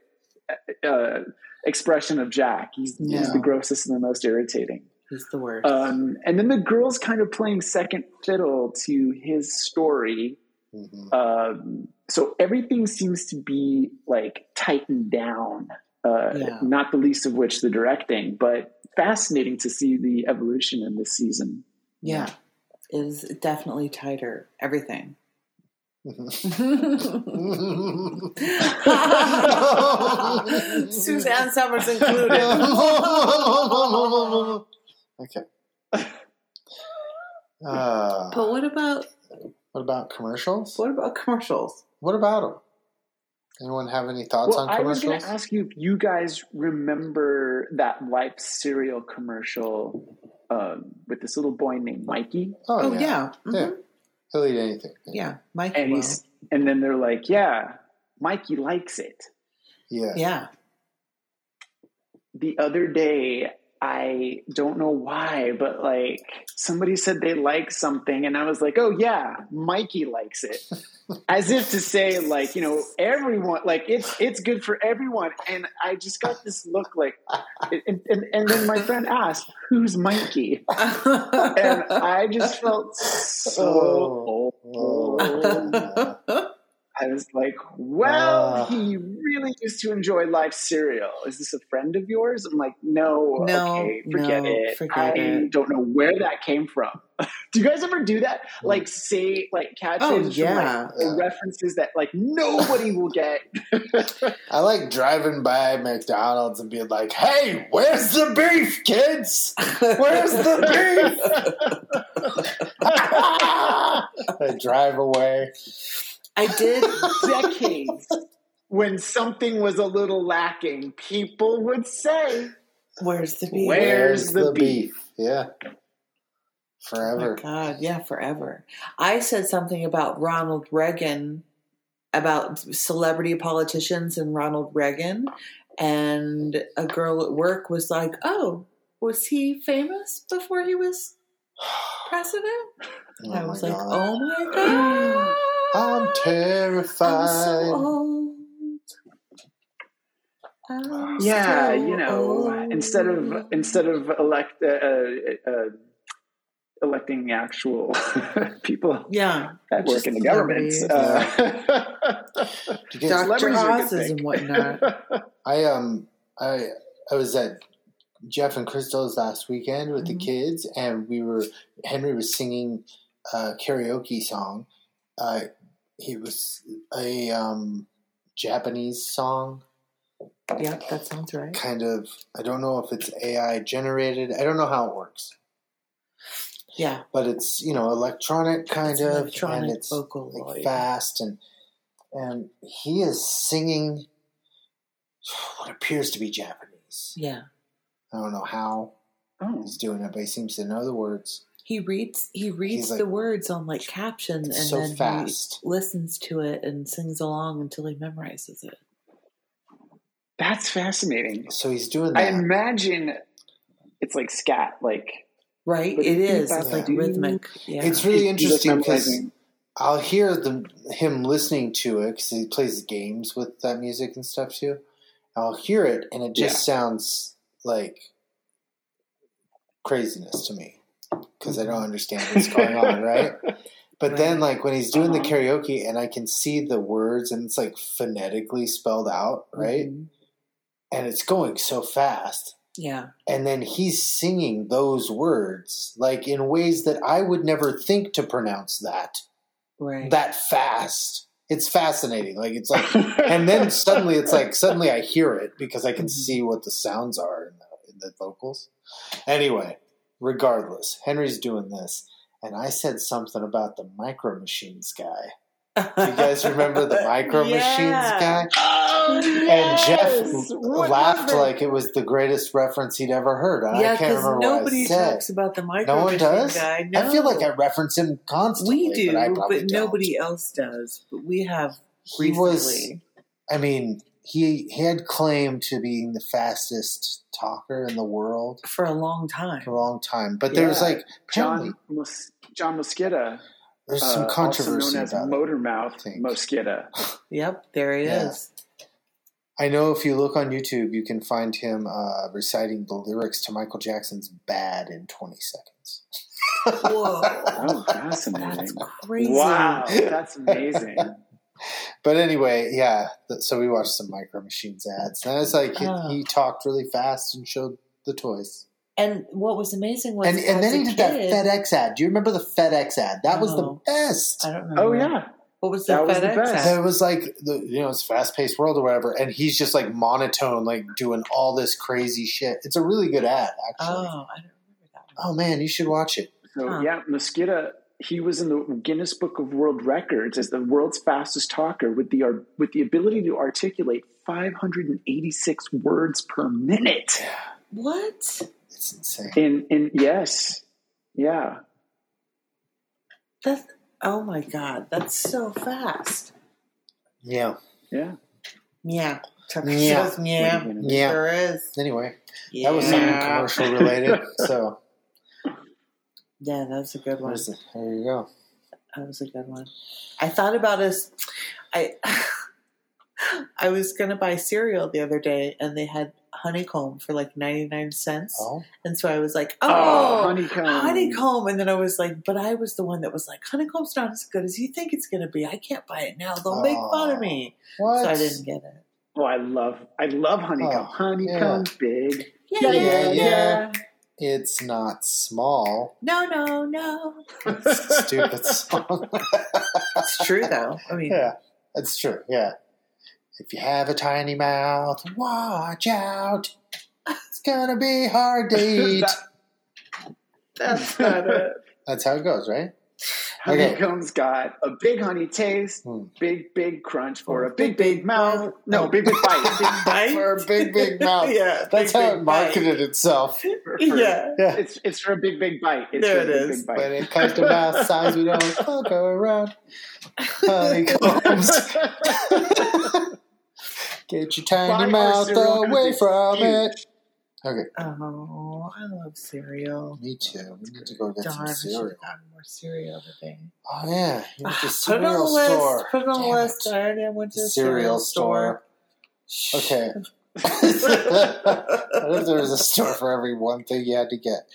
[SPEAKER 2] uh, expression of Jack he's, he's
[SPEAKER 1] No.
[SPEAKER 2] the grossest and the most irritating
[SPEAKER 3] He's the worst.
[SPEAKER 2] um and then the girls kind of playing second fiddle to his story
[SPEAKER 1] Mhm.
[SPEAKER 2] um, so everything seems to be like tightened down. Uh,
[SPEAKER 3] Yeah.
[SPEAKER 2] Not the least of which the directing, but fascinating to see the evolution in this season.
[SPEAKER 3] yeah, it is definitely tighter. Everything. Mm-hmm. Suzanne Summers included.
[SPEAKER 1] Mm-hmm. okay. Uh,
[SPEAKER 3] But what about
[SPEAKER 1] what about commercials?
[SPEAKER 3] what about commercials?
[SPEAKER 1] What about them? Anyone have any thoughts on
[SPEAKER 2] well, I was going
[SPEAKER 1] commercials?
[SPEAKER 2] to ask you if you guys remember that life cereal commercial um, with this little boy named Mikey,
[SPEAKER 3] Oh, yeah, Mhm.
[SPEAKER 1] Yeah.
[SPEAKER 3] yeah,
[SPEAKER 1] He'll eat anything.
[SPEAKER 3] Mike.
[SPEAKER 2] and
[SPEAKER 3] will.
[SPEAKER 2] he's and then they're like, "Yeah, Mikey likes it."
[SPEAKER 1] Yeah.
[SPEAKER 3] yeah,
[SPEAKER 2] the other day i don't know why but like somebody said they like something and i was like oh yeah mikey likes it as if to say like you know everyone like it's it's good for everyone and i just got this look like and, and, and then my friend asked who's mikey and
[SPEAKER 3] Oh,
[SPEAKER 2] i just felt
[SPEAKER 1] Oh.
[SPEAKER 2] so old i was like well
[SPEAKER 3] Uh.
[SPEAKER 1] Ah.
[SPEAKER 2] he really used to enjoy live cereal is this a friend of yours i'm like no
[SPEAKER 3] No,
[SPEAKER 2] okay forget
[SPEAKER 3] no,
[SPEAKER 2] it
[SPEAKER 3] forget
[SPEAKER 2] i
[SPEAKER 3] it.
[SPEAKER 2] don't know where that came from do you guys ever do that like say like catchphrases
[SPEAKER 3] Mm. Oh,
[SPEAKER 2] from,
[SPEAKER 3] yeah.
[SPEAKER 2] like, references that like nobody will get
[SPEAKER 1] I like driving by McDonald's and being like, "Hey, where's the beef, kids? Where's the beef?" I drive away.
[SPEAKER 3] I did.
[SPEAKER 2] decades when something was a little lacking people would say
[SPEAKER 3] Where's the beef?
[SPEAKER 2] Where- Where's the
[SPEAKER 1] Yeah,
[SPEAKER 3] Oh my
[SPEAKER 1] forever.
[SPEAKER 3] God, yeah, forever. I said something about Ronald Reagan, about celebrity politicians and Ronald Reagan, and a girl at work was like, "Oh, was he famous before he was president?"
[SPEAKER 1] Oh
[SPEAKER 3] And I was
[SPEAKER 1] my
[SPEAKER 3] like,
[SPEAKER 1] God.
[SPEAKER 3] "Oh my God,
[SPEAKER 1] I'm terrified.
[SPEAKER 3] I'm so old." I'm
[SPEAKER 2] yeah
[SPEAKER 3] so
[SPEAKER 2] you know
[SPEAKER 3] old.
[SPEAKER 2] instead of
[SPEAKER 1] oh.
[SPEAKER 2] instead of elect uh, uh, uh, electing actual people
[SPEAKER 3] yeah,
[SPEAKER 2] that work in the
[SPEAKER 3] Just
[SPEAKER 2] government
[SPEAKER 3] celebrities.
[SPEAKER 2] uh,
[SPEAKER 1] You get-
[SPEAKER 2] Celebrities are a
[SPEAKER 3] Doctor
[SPEAKER 2] good
[SPEAKER 3] Oz's and
[SPEAKER 2] thing.
[SPEAKER 3] whatnot.
[SPEAKER 1] I um I I was at Jeff and Crystal's last weekend with
[SPEAKER 3] Mhm.
[SPEAKER 1] the kids, and we were Henry was singing a karaoke song. Uh, it was a um, Japanese song,
[SPEAKER 3] Yep, that sounds right.
[SPEAKER 1] kind of. I don't know if it's AI generated. I don't know how it works,
[SPEAKER 3] Yeah,
[SPEAKER 1] but it's you know electronic kind
[SPEAKER 3] it's
[SPEAKER 1] of,
[SPEAKER 3] electronic
[SPEAKER 1] and it's
[SPEAKER 3] Vocaloid.
[SPEAKER 1] like fast and and he is singing what appears to be Japanese.
[SPEAKER 3] Yeah.
[SPEAKER 1] I don't know how.
[SPEAKER 2] oh,
[SPEAKER 1] he's doing it, but he seems to know the words.
[SPEAKER 3] He reads he reads
[SPEAKER 1] He's like-
[SPEAKER 3] the words on like captions and
[SPEAKER 1] It's so
[SPEAKER 3] then
[SPEAKER 1] fast.
[SPEAKER 3] he listens to it and sings along until he memorizes it.
[SPEAKER 2] that's fascinating
[SPEAKER 1] So he's doing
[SPEAKER 2] i
[SPEAKER 1] that.
[SPEAKER 2] imagine it's like scat like
[SPEAKER 3] Right?
[SPEAKER 2] But
[SPEAKER 3] it
[SPEAKER 2] think
[SPEAKER 3] is.
[SPEAKER 2] about
[SPEAKER 3] It's like
[SPEAKER 2] that.
[SPEAKER 3] rhythmic. Yeah.
[SPEAKER 1] It's really
[SPEAKER 2] It's just
[SPEAKER 1] interesting because
[SPEAKER 2] memorizing.
[SPEAKER 1] I'll hear the him listening to it because he plays games with that music and stuff too. I'll hear it and it just sounds like craziness to me because I don't understand what's going on, right? But then, like when he's doing the
[SPEAKER 2] Uh-huh.
[SPEAKER 1] karaoke and I can see the words and it's like phonetically spelled out,
[SPEAKER 2] Mm-hmm.
[SPEAKER 1] right?
[SPEAKER 3] Mhm.
[SPEAKER 1] And it's going so fast.
[SPEAKER 3] Yeah.
[SPEAKER 1] And then he's singing those words like in ways that I would never think to pronounce that
[SPEAKER 3] Right.
[SPEAKER 1] that fast. It's fascinating. Like it's like, and then suddenly it's like suddenly I hear it because I can
[SPEAKER 3] Mhm.
[SPEAKER 1] see what the sounds are in the, in the vocals. Anyway, regardless, Henry's doing this, and I said something about the micro machines guy. Do you guys remember the micro machines guy?
[SPEAKER 2] Oh,
[SPEAKER 1] And
[SPEAKER 2] yes!
[SPEAKER 1] Jeff
[SPEAKER 2] What
[SPEAKER 1] laughed
[SPEAKER 2] number?
[SPEAKER 1] like it was the greatest reference he'd ever heard. And
[SPEAKER 3] Yeah,
[SPEAKER 1] I can't
[SPEAKER 3] because
[SPEAKER 1] remember what I
[SPEAKER 3] nobody
[SPEAKER 1] said.
[SPEAKER 3] talks about the micro
[SPEAKER 1] no one
[SPEAKER 3] machine
[SPEAKER 1] does.
[SPEAKER 3] guy.
[SPEAKER 1] I feel like
[SPEAKER 3] No.
[SPEAKER 1] I reference him constantly.
[SPEAKER 3] we do,
[SPEAKER 1] but, I
[SPEAKER 3] but,
[SPEAKER 1] probably don't.
[SPEAKER 3] nobody else does. But we have
[SPEAKER 1] He
[SPEAKER 3] recently.
[SPEAKER 1] was I mean, he he had claimed to being the fastest talker in the world
[SPEAKER 3] for a long time.
[SPEAKER 1] for a long time, but there's
[SPEAKER 2] Yeah.
[SPEAKER 1] like apparently
[SPEAKER 2] John Mos- John Mosqueda,
[SPEAKER 1] there's some
[SPEAKER 2] uh, also
[SPEAKER 1] controversy
[SPEAKER 2] known as
[SPEAKER 1] about it.
[SPEAKER 2] Motormouth
[SPEAKER 1] think.
[SPEAKER 2] Mosqueda.
[SPEAKER 3] Yep, there he
[SPEAKER 1] Yeah.
[SPEAKER 3] is.
[SPEAKER 1] I know if you look on YouTube, you can find him uh, reciting the lyrics to Michael Jackson's "Bad" in 20 seconds.
[SPEAKER 3] Whoa,
[SPEAKER 2] Oh, fascinating!
[SPEAKER 3] crazy!
[SPEAKER 2] wow, that's amazing.
[SPEAKER 1] But anyway, yeah. th- So we watched some Micro Machines ads, and it's like he,
[SPEAKER 3] Oh.
[SPEAKER 1] he talked really fast and showed the toys,
[SPEAKER 3] And what was amazing was,
[SPEAKER 1] and and
[SPEAKER 3] as
[SPEAKER 1] then he
[SPEAKER 3] a
[SPEAKER 1] did
[SPEAKER 3] kid-
[SPEAKER 1] that FedEx ad. Do you remember the FedEx ad? That was the
[SPEAKER 3] No.
[SPEAKER 1] best.
[SPEAKER 3] I don't remember.
[SPEAKER 2] Oh yeah,
[SPEAKER 3] what was the
[SPEAKER 2] That was the
[SPEAKER 3] FedEx?
[SPEAKER 2] best.
[SPEAKER 3] ad?
[SPEAKER 1] So it was like the you know it's fast paced world or whatever, and he's just like monotone, like doing all this crazy shit. It's a really good ad, actually.
[SPEAKER 3] Oh, I don't remember that. One.
[SPEAKER 1] Oh man, you should watch it.
[SPEAKER 2] So
[SPEAKER 3] Huh.
[SPEAKER 2] yeah, Mosqueda. He was in the Guinness Book of World Records as the world's fastest talker with the ar- with the ability to articulate 586 words per minute.
[SPEAKER 3] What?
[SPEAKER 1] It's insane.
[SPEAKER 2] In in yes, yeah,
[SPEAKER 3] That? Oh my god, that's so fast.
[SPEAKER 1] Yeah,
[SPEAKER 2] yeah.
[SPEAKER 3] Yeah. Tucker
[SPEAKER 1] Yeah.
[SPEAKER 3] says, yeah.
[SPEAKER 2] Wait a minute.
[SPEAKER 1] yeah.
[SPEAKER 3] There is.
[SPEAKER 1] Anyway,
[SPEAKER 3] Yeah.
[SPEAKER 1] that was something commercial related. So
[SPEAKER 3] Yeah, that's a good one.
[SPEAKER 1] there's the- there you go.
[SPEAKER 3] That was a good one. I thought about us. I I was gonna buy cereal the other day, and they had honeycomb for like ninety nine cents,
[SPEAKER 1] Oh,
[SPEAKER 3] and so I was like,
[SPEAKER 2] Oh,
[SPEAKER 3] oh.
[SPEAKER 2] honeycomb.
[SPEAKER 1] Um,
[SPEAKER 3] Honeycomb, and then I was like, but I was the one that was like, honeycomb's not as good as you think it's going to be. I can't buy it now; they'll make fun of me.
[SPEAKER 1] what?
[SPEAKER 3] So I didn't get it.
[SPEAKER 2] Oh, I love I love honeycomb.
[SPEAKER 1] Oh,
[SPEAKER 2] honeycomb big.
[SPEAKER 3] Yeah,
[SPEAKER 1] yeah,
[SPEAKER 3] yeah, yeah.
[SPEAKER 1] yeah. It's not small.
[SPEAKER 3] No, no, no.
[SPEAKER 1] Stupid song.
[SPEAKER 3] It's true though. I mean,
[SPEAKER 1] yeah, that's true. Yeah. If you have a tiny mouth, watch out. It's gonna be hard to eat.
[SPEAKER 3] that's not it.
[SPEAKER 1] That's how it goes, right? Okay.
[SPEAKER 2] Honeycomb's got a big honey taste,
[SPEAKER 1] Hmm.
[SPEAKER 2] big big crunch, or a big
[SPEAKER 3] Big, big
[SPEAKER 2] big mouth. No,
[SPEAKER 3] mouth.
[SPEAKER 2] big big bite.
[SPEAKER 3] Bite?
[SPEAKER 1] For a big, big mouth.
[SPEAKER 3] yeah,
[SPEAKER 1] That's
[SPEAKER 3] big,
[SPEAKER 1] how
[SPEAKER 3] big
[SPEAKER 1] it
[SPEAKER 3] bite.
[SPEAKER 1] marketed itself.
[SPEAKER 2] For- for-
[SPEAKER 3] Yeah.
[SPEAKER 1] Yeah.
[SPEAKER 2] It's it's for a big big bite. It's
[SPEAKER 3] There
[SPEAKER 2] for a
[SPEAKER 3] it
[SPEAKER 2] big,
[SPEAKER 3] is.
[SPEAKER 2] Big bite.
[SPEAKER 1] When it comes to mouth size, we don't fuck around. Honeycombs. Get your
[SPEAKER 2] Buy
[SPEAKER 1] tiny
[SPEAKER 2] our
[SPEAKER 1] mouth
[SPEAKER 2] cereal 'cause
[SPEAKER 1] away
[SPEAKER 2] it's
[SPEAKER 1] from
[SPEAKER 2] huge.
[SPEAKER 1] it. Okay.
[SPEAKER 3] Oh, I love cereal.
[SPEAKER 1] Me too. We need to go get
[SPEAKER 3] Darn,
[SPEAKER 1] some
[SPEAKER 3] I should have
[SPEAKER 1] cereal.
[SPEAKER 3] gotten more cereal today.
[SPEAKER 1] Oh yeah, you went to the
[SPEAKER 3] Put it
[SPEAKER 1] cereal
[SPEAKER 3] on the list.
[SPEAKER 1] store.
[SPEAKER 3] Put it on the
[SPEAKER 1] Damn
[SPEAKER 3] list.
[SPEAKER 1] it.
[SPEAKER 3] I already went to the
[SPEAKER 1] Cereal
[SPEAKER 3] cereal,
[SPEAKER 1] store.
[SPEAKER 3] store.
[SPEAKER 1] Okay. what if there was a store for every one thing you had to get?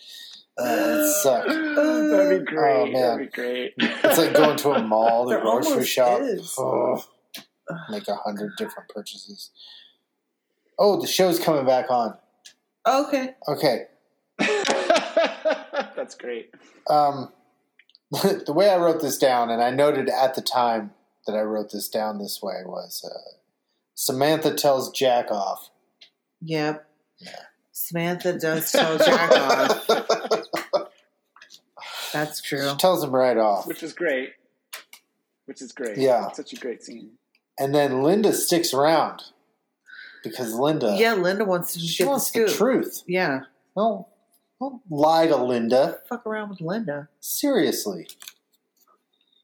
[SPEAKER 1] Uh, it sucked.
[SPEAKER 2] That'd be great.
[SPEAKER 1] Oh, man.
[SPEAKER 2] That'd be great.
[SPEAKER 1] It's like going to a mall, the
[SPEAKER 3] There
[SPEAKER 1] grocery
[SPEAKER 3] almost
[SPEAKER 1] shop.
[SPEAKER 3] is.
[SPEAKER 1] Oh, make a hundred different purchases. Oh, the show's coming back on.
[SPEAKER 3] Okay.
[SPEAKER 1] Okay.
[SPEAKER 2] That's great.
[SPEAKER 1] Um, the way I wrote this down, and I noted at the time that I wrote this down this way, was uh, Samantha tells Jack off.
[SPEAKER 3] Yep. Samantha does tell Jack off. That's true.
[SPEAKER 1] She tells him right off.
[SPEAKER 2] Which is great. Which is great.
[SPEAKER 1] Yeah.
[SPEAKER 2] Such a great scene.
[SPEAKER 1] And then Linda sticks around because Linda,
[SPEAKER 3] Yeah, Linda wants to just
[SPEAKER 1] she
[SPEAKER 3] get the
[SPEAKER 1] wants the
[SPEAKER 3] scoop.
[SPEAKER 1] truth.
[SPEAKER 3] Yeah.
[SPEAKER 1] Don't, don't lie to Linda.
[SPEAKER 3] Fuck around with Linda.
[SPEAKER 1] Seriously.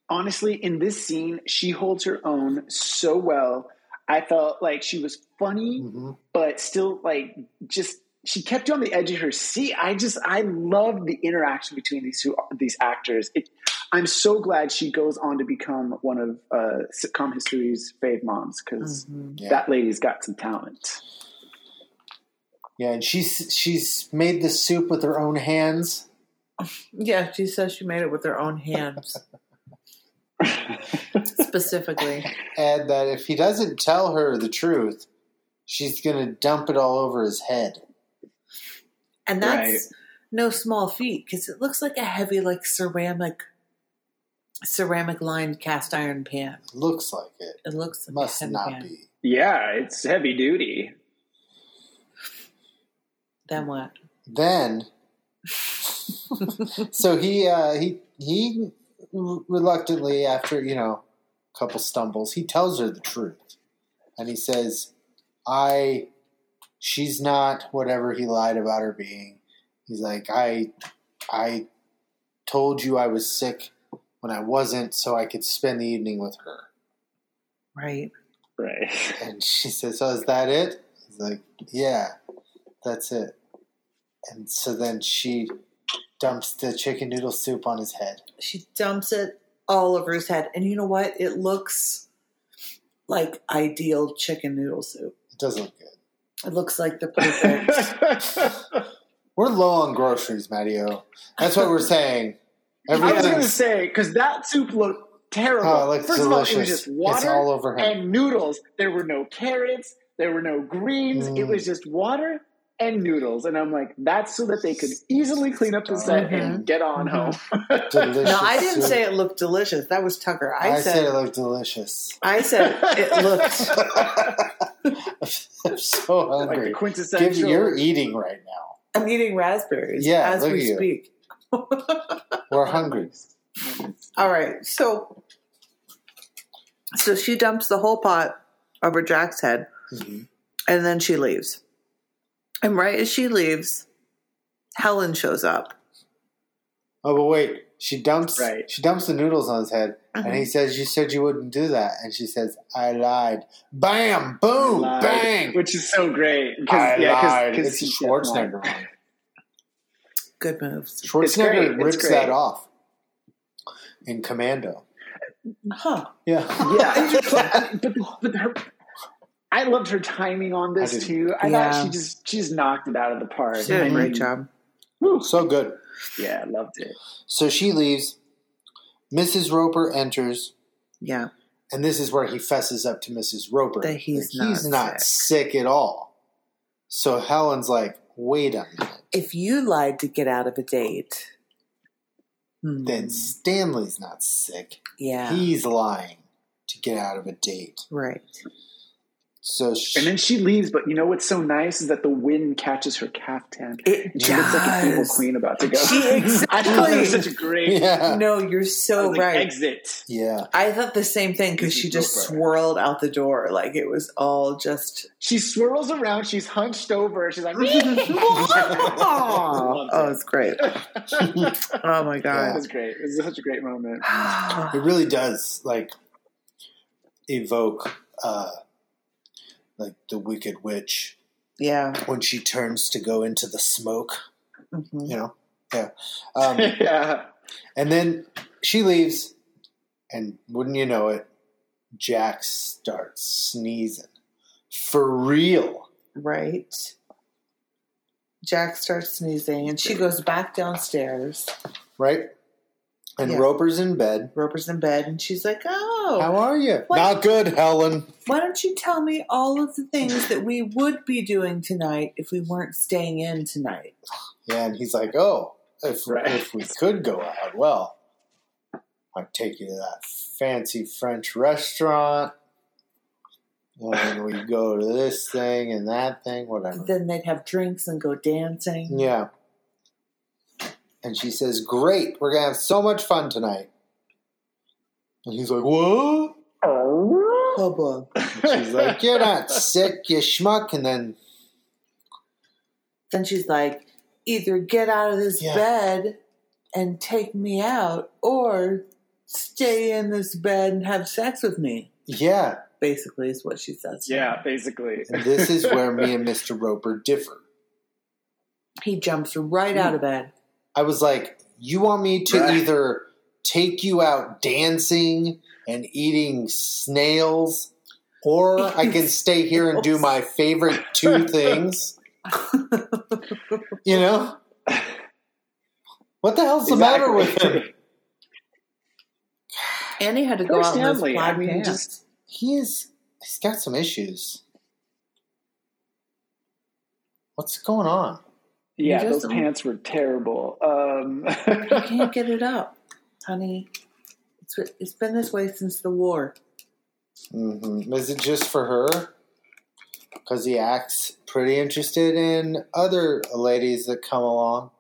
[SPEAKER 2] honestly, in this scene, she holds her own so well. I felt like she was funny,
[SPEAKER 1] hmm
[SPEAKER 2] but still like just she kept you on the edge of her seat. I just I love the interaction between these two these actors. It, I'm so glad she goes on to become one of uh, sitcom history's fave moms because
[SPEAKER 1] Mm. Yeah.
[SPEAKER 2] that lady's got some talent.
[SPEAKER 1] Yeah, and she's she's made the soup with her own hands.
[SPEAKER 3] Yeah, she says she made it with her own hands. Specifically.
[SPEAKER 1] and that if he doesn't tell her the truth, she's going to dump it all over his head.
[SPEAKER 3] And that's
[SPEAKER 2] Right.
[SPEAKER 3] no small feat because it looks like a heavy, like ceramic, ceramic lined cast iron pan.
[SPEAKER 1] Looks like it.
[SPEAKER 3] It looks like
[SPEAKER 1] Must
[SPEAKER 3] a heavy
[SPEAKER 1] not
[SPEAKER 3] pan.
[SPEAKER 1] be.
[SPEAKER 2] Yeah, it's heavy duty.
[SPEAKER 3] Then what?
[SPEAKER 1] Then, so he uh, he he reluctantly, after you know, a couple stumbles, he tells her the truth, and he says, "I, she's not whatever he lied about her being." He's like, "I, I told you I was sick when I wasn't, so I could spend the evening with her."
[SPEAKER 3] Right.
[SPEAKER 2] Right.
[SPEAKER 1] And she says, "Oh, is that it?" He's like, "Yeah, that's it." And so then she dumps the chicken noodle soup on his head.
[SPEAKER 3] She dumps it all over his head. And you know what? It looks like ideal chicken noodle soup.
[SPEAKER 1] It does look good.
[SPEAKER 3] It looks like the perfect.
[SPEAKER 1] We're low on groceries, Mattio. That's what we're saying.
[SPEAKER 2] I was going to
[SPEAKER 1] Everything's-
[SPEAKER 2] say because that soup looked terrible.
[SPEAKER 1] oh, it looks
[SPEAKER 2] First
[SPEAKER 1] delicious.
[SPEAKER 2] of all, it was just
[SPEAKER 1] it's
[SPEAKER 2] water
[SPEAKER 1] all over him.
[SPEAKER 2] and noodles. There were no carrots. There were no greens. It
[SPEAKER 1] Mm.
[SPEAKER 2] was just water and noodles. And I'm like, that's so that they could easily clean up the set
[SPEAKER 1] Mm-hmm.
[SPEAKER 2] and get on
[SPEAKER 3] Mhm.
[SPEAKER 2] home.
[SPEAKER 1] delicious.
[SPEAKER 3] no, I didn't
[SPEAKER 1] soup.
[SPEAKER 3] say it looked delicious. That was Tucker. I,
[SPEAKER 1] I
[SPEAKER 3] said,
[SPEAKER 1] said it looked delicious.
[SPEAKER 3] I said it looked.
[SPEAKER 1] I'm so
[SPEAKER 2] like the
[SPEAKER 1] hungry. Give,
[SPEAKER 2] quintessential.
[SPEAKER 1] you're eating right now.
[SPEAKER 3] I'm eating raspberries
[SPEAKER 1] Yeah,
[SPEAKER 3] as
[SPEAKER 1] look
[SPEAKER 3] we
[SPEAKER 1] at you.
[SPEAKER 3] speak.
[SPEAKER 1] We're hungry.
[SPEAKER 3] All right, so so she dumps the whole pot over Jack's head,
[SPEAKER 1] Mhm.
[SPEAKER 3] and then she leaves. And right as she leaves, Helen shows up.
[SPEAKER 1] Oh, but wait. She dumps.
[SPEAKER 2] Right. Uh-huh.
[SPEAKER 1] She dumps the noodles on his head,
[SPEAKER 3] Mhm.
[SPEAKER 1] and he says, "You said you wouldn't do that," and she says, "I lied." Bam! Boom!
[SPEAKER 2] Lied.
[SPEAKER 1] Bang!
[SPEAKER 2] Which is so great. 'cause-
[SPEAKER 1] I
[SPEAKER 2] yeah, 'cause-
[SPEAKER 1] lied.
[SPEAKER 2] 'cause
[SPEAKER 1] it's a
[SPEAKER 2] he kept lying.
[SPEAKER 1] Schwarzenegger. line.
[SPEAKER 3] Good moves,
[SPEAKER 2] great,
[SPEAKER 1] Schwarzenegger
[SPEAKER 2] it's
[SPEAKER 1] rips
[SPEAKER 2] great.
[SPEAKER 1] that off in Commando.
[SPEAKER 3] huh?
[SPEAKER 1] Yeah.
[SPEAKER 2] Yeah, but, but, but her, I loved her timing on
[SPEAKER 1] I
[SPEAKER 2] this
[SPEAKER 1] did.
[SPEAKER 2] too. I
[SPEAKER 3] Yeah.
[SPEAKER 2] thought she just she just knocked it out of the park.
[SPEAKER 3] She did
[SPEAKER 2] I
[SPEAKER 3] a great
[SPEAKER 2] mean,
[SPEAKER 3] job.
[SPEAKER 2] whew.
[SPEAKER 1] so good.
[SPEAKER 2] Yeah, I loved it.
[SPEAKER 1] So she leaves. Mrs. Roper enters,
[SPEAKER 3] Yeah,
[SPEAKER 1] and this is where he fesses up to Mrs. Roper
[SPEAKER 3] That he's
[SPEAKER 1] Like, he's
[SPEAKER 3] not
[SPEAKER 1] not sick at all. So Helen's like, "Wait a minute."
[SPEAKER 3] if you lied to get out of a date, hmm,
[SPEAKER 2] Mm.
[SPEAKER 1] Then Stanley's not sick.
[SPEAKER 3] yeah,
[SPEAKER 1] He's lying to get out of a date.
[SPEAKER 3] right.
[SPEAKER 1] So she,
[SPEAKER 2] And then she leaves, but you know what's so nice is that the wind catches her caftan.
[SPEAKER 3] It
[SPEAKER 2] She looks like an evil
[SPEAKER 3] does.
[SPEAKER 2] queen about to go.
[SPEAKER 3] She
[SPEAKER 2] I thought that was
[SPEAKER 3] exactly.
[SPEAKER 2] such a great
[SPEAKER 1] yeah,
[SPEAKER 3] no, you're
[SPEAKER 2] I
[SPEAKER 3] so
[SPEAKER 2] was like,
[SPEAKER 3] right.
[SPEAKER 2] exit.
[SPEAKER 1] yeah,
[SPEAKER 3] I thought the same thing because she just
[SPEAKER 2] Roper.
[SPEAKER 3] swirled out the door like it was all just
[SPEAKER 2] She swirls around. She's hunched over. She's like,
[SPEAKER 3] oh,
[SPEAKER 2] Loved it.
[SPEAKER 3] it's great. oh my
[SPEAKER 2] It
[SPEAKER 3] god.
[SPEAKER 2] was great. It was such a great moment.
[SPEAKER 1] it really does like evoke uh, like the Wicked Witch
[SPEAKER 3] yeah.
[SPEAKER 1] when she turns to go into the smoke.
[SPEAKER 3] Mhm.
[SPEAKER 1] You know, yeah. Um,
[SPEAKER 2] yeah.
[SPEAKER 1] and then she leaves, and wouldn't you know it, Jack starts sneezing for real.
[SPEAKER 3] Right. Jack starts sneezing and she goes back downstairs.
[SPEAKER 1] right? And
[SPEAKER 3] Yeah.
[SPEAKER 1] Roper's in bed.
[SPEAKER 3] Roper's in bed and she's like,
[SPEAKER 1] How
[SPEAKER 3] Oh,
[SPEAKER 1] are you?
[SPEAKER 3] What?
[SPEAKER 1] Not good, Helen.
[SPEAKER 3] why don't you tell me all of the things that we would be doing tonight if we weren't staying in tonight?
[SPEAKER 1] Yeah, and he's like, "Oh, if
[SPEAKER 2] Right.
[SPEAKER 1] if we could go out, well, I'd take you to that fancy French restaurant, and we go to this thing and that thing, whatever."
[SPEAKER 3] Then they'd have drinks and go dancing.
[SPEAKER 1] Yeah. And she says, "Great, we're gonna have so much fun tonight." And he's like, "What?"
[SPEAKER 2] Oh.
[SPEAKER 3] Oh boy.
[SPEAKER 1] She's like, "You're not sick, you schmuck." And then
[SPEAKER 3] Then she's like, either get out of this
[SPEAKER 1] Yeah.
[SPEAKER 3] bed and take me out, or stay in this bed and have sex with me.
[SPEAKER 1] Yeah,
[SPEAKER 3] Basically, is what she says.
[SPEAKER 2] Yeah, basically.
[SPEAKER 1] and this is where me and Mr. Roper differ.
[SPEAKER 3] He jumps right out of bed.
[SPEAKER 1] I was like, you want me to
[SPEAKER 2] Right.
[SPEAKER 1] either take you out dancing and eating snails, or I can stay here and do my favorite two things. you know? What the hell's the matter with him?
[SPEAKER 3] And he had to go out in those
[SPEAKER 2] Understandably,
[SPEAKER 3] plaid
[SPEAKER 2] I mean,
[SPEAKER 3] pants.
[SPEAKER 2] just-
[SPEAKER 1] He's he's got some issues. What's going on?
[SPEAKER 2] Yeah,
[SPEAKER 3] He
[SPEAKER 2] those
[SPEAKER 3] doesn't.
[SPEAKER 2] pants were terrible. Um,
[SPEAKER 3] I can't get it up, honey. It's, it's been this way since the war.
[SPEAKER 1] hmm Is it just for her? Because he acts pretty interested in other ladies that come along.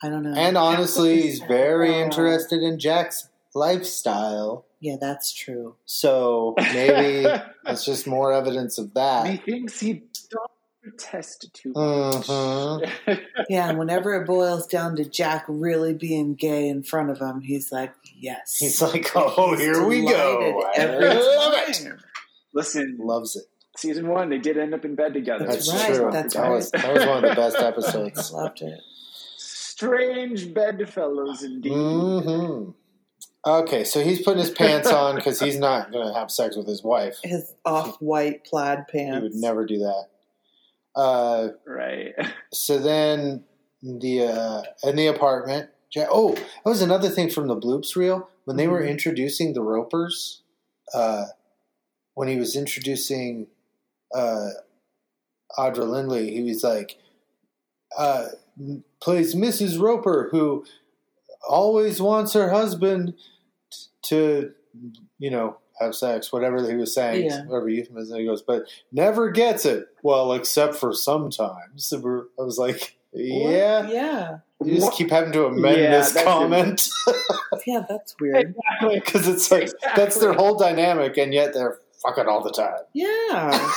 [SPEAKER 3] I don't know.
[SPEAKER 1] And honestly, he's very interested in Jack's lifestyle.
[SPEAKER 3] yeah, that's true.
[SPEAKER 1] So maybe that's just more evidence of that.
[SPEAKER 2] Methinks he don't protest too
[SPEAKER 1] Oh.
[SPEAKER 2] much.
[SPEAKER 1] hmm
[SPEAKER 3] Yeah, and whenever it boils down to Jack really being gay in front of him, he's like, yes.
[SPEAKER 1] He's like, oh,
[SPEAKER 3] He's
[SPEAKER 1] here we go. I
[SPEAKER 3] delighted every
[SPEAKER 1] love it.
[SPEAKER 3] time.
[SPEAKER 2] Listen,
[SPEAKER 1] Loves it.
[SPEAKER 2] season one, they did end up in bed together.
[SPEAKER 3] That's
[SPEAKER 1] That's
[SPEAKER 3] right,
[SPEAKER 1] true.
[SPEAKER 3] that's
[SPEAKER 1] that,
[SPEAKER 3] right.
[SPEAKER 1] was, that was one of the best
[SPEAKER 3] I
[SPEAKER 1] episodes.
[SPEAKER 3] loved it.
[SPEAKER 2] Strange bedfellows indeed.
[SPEAKER 1] hmm Okay, so he's putting his pants on because he's not going to have sex with his wife.
[SPEAKER 3] His off white plaid pants.
[SPEAKER 1] He would never do that. Uh,
[SPEAKER 2] Right.
[SPEAKER 1] so then the uh, in the apartment. Ja- Oh, that was another thing from the bloops reel when they were
[SPEAKER 3] Mhm.
[SPEAKER 1] introducing the Ropers. Uh, when he was introducing uh, Audra Lindley, he was like, uh, m- "Plays Mrs. Roper, who always wants her husband t- to, you know." Have sex, whatever he was saying,
[SPEAKER 3] Yeah.
[SPEAKER 1] whatever euphemism he goes, but never gets it. Well, except for sometimes. I was like,
[SPEAKER 3] What?
[SPEAKER 1] yeah,
[SPEAKER 3] Yeah.
[SPEAKER 1] you just keep having to amend
[SPEAKER 2] Yeah,
[SPEAKER 1] this
[SPEAKER 2] that's
[SPEAKER 1] comment
[SPEAKER 3] Yeah, that's weird.
[SPEAKER 1] because it's like that's their whole dynamic, and yet they're fucking all the time.
[SPEAKER 3] Yeah.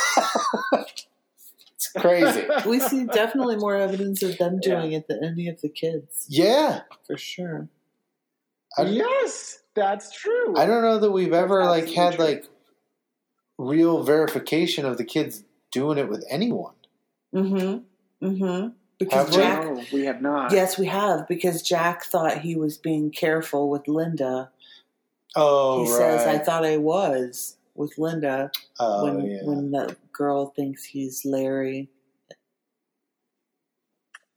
[SPEAKER 1] It's crazy.
[SPEAKER 3] We see definitely more evidence of them
[SPEAKER 2] Yeah.
[SPEAKER 3] doing it than any of the kids,
[SPEAKER 1] yeah,
[SPEAKER 3] for sure.
[SPEAKER 1] I-
[SPEAKER 2] yes, that's true.
[SPEAKER 1] I don't know that we've ever like had
[SPEAKER 2] Absolutely.
[SPEAKER 1] like real verification of the kids doing it with anyone.
[SPEAKER 3] Mm hmm. Mm hmm. Because
[SPEAKER 1] Have we?
[SPEAKER 3] Jack
[SPEAKER 2] No, we have not.
[SPEAKER 3] Yes, we have because Jack thought he was being careful with Linda.
[SPEAKER 1] Oh,
[SPEAKER 3] he
[SPEAKER 1] right.
[SPEAKER 3] says, "I thought I was with Linda
[SPEAKER 1] oh,
[SPEAKER 3] when
[SPEAKER 1] yeah.
[SPEAKER 3] when the girl thinks he's Larry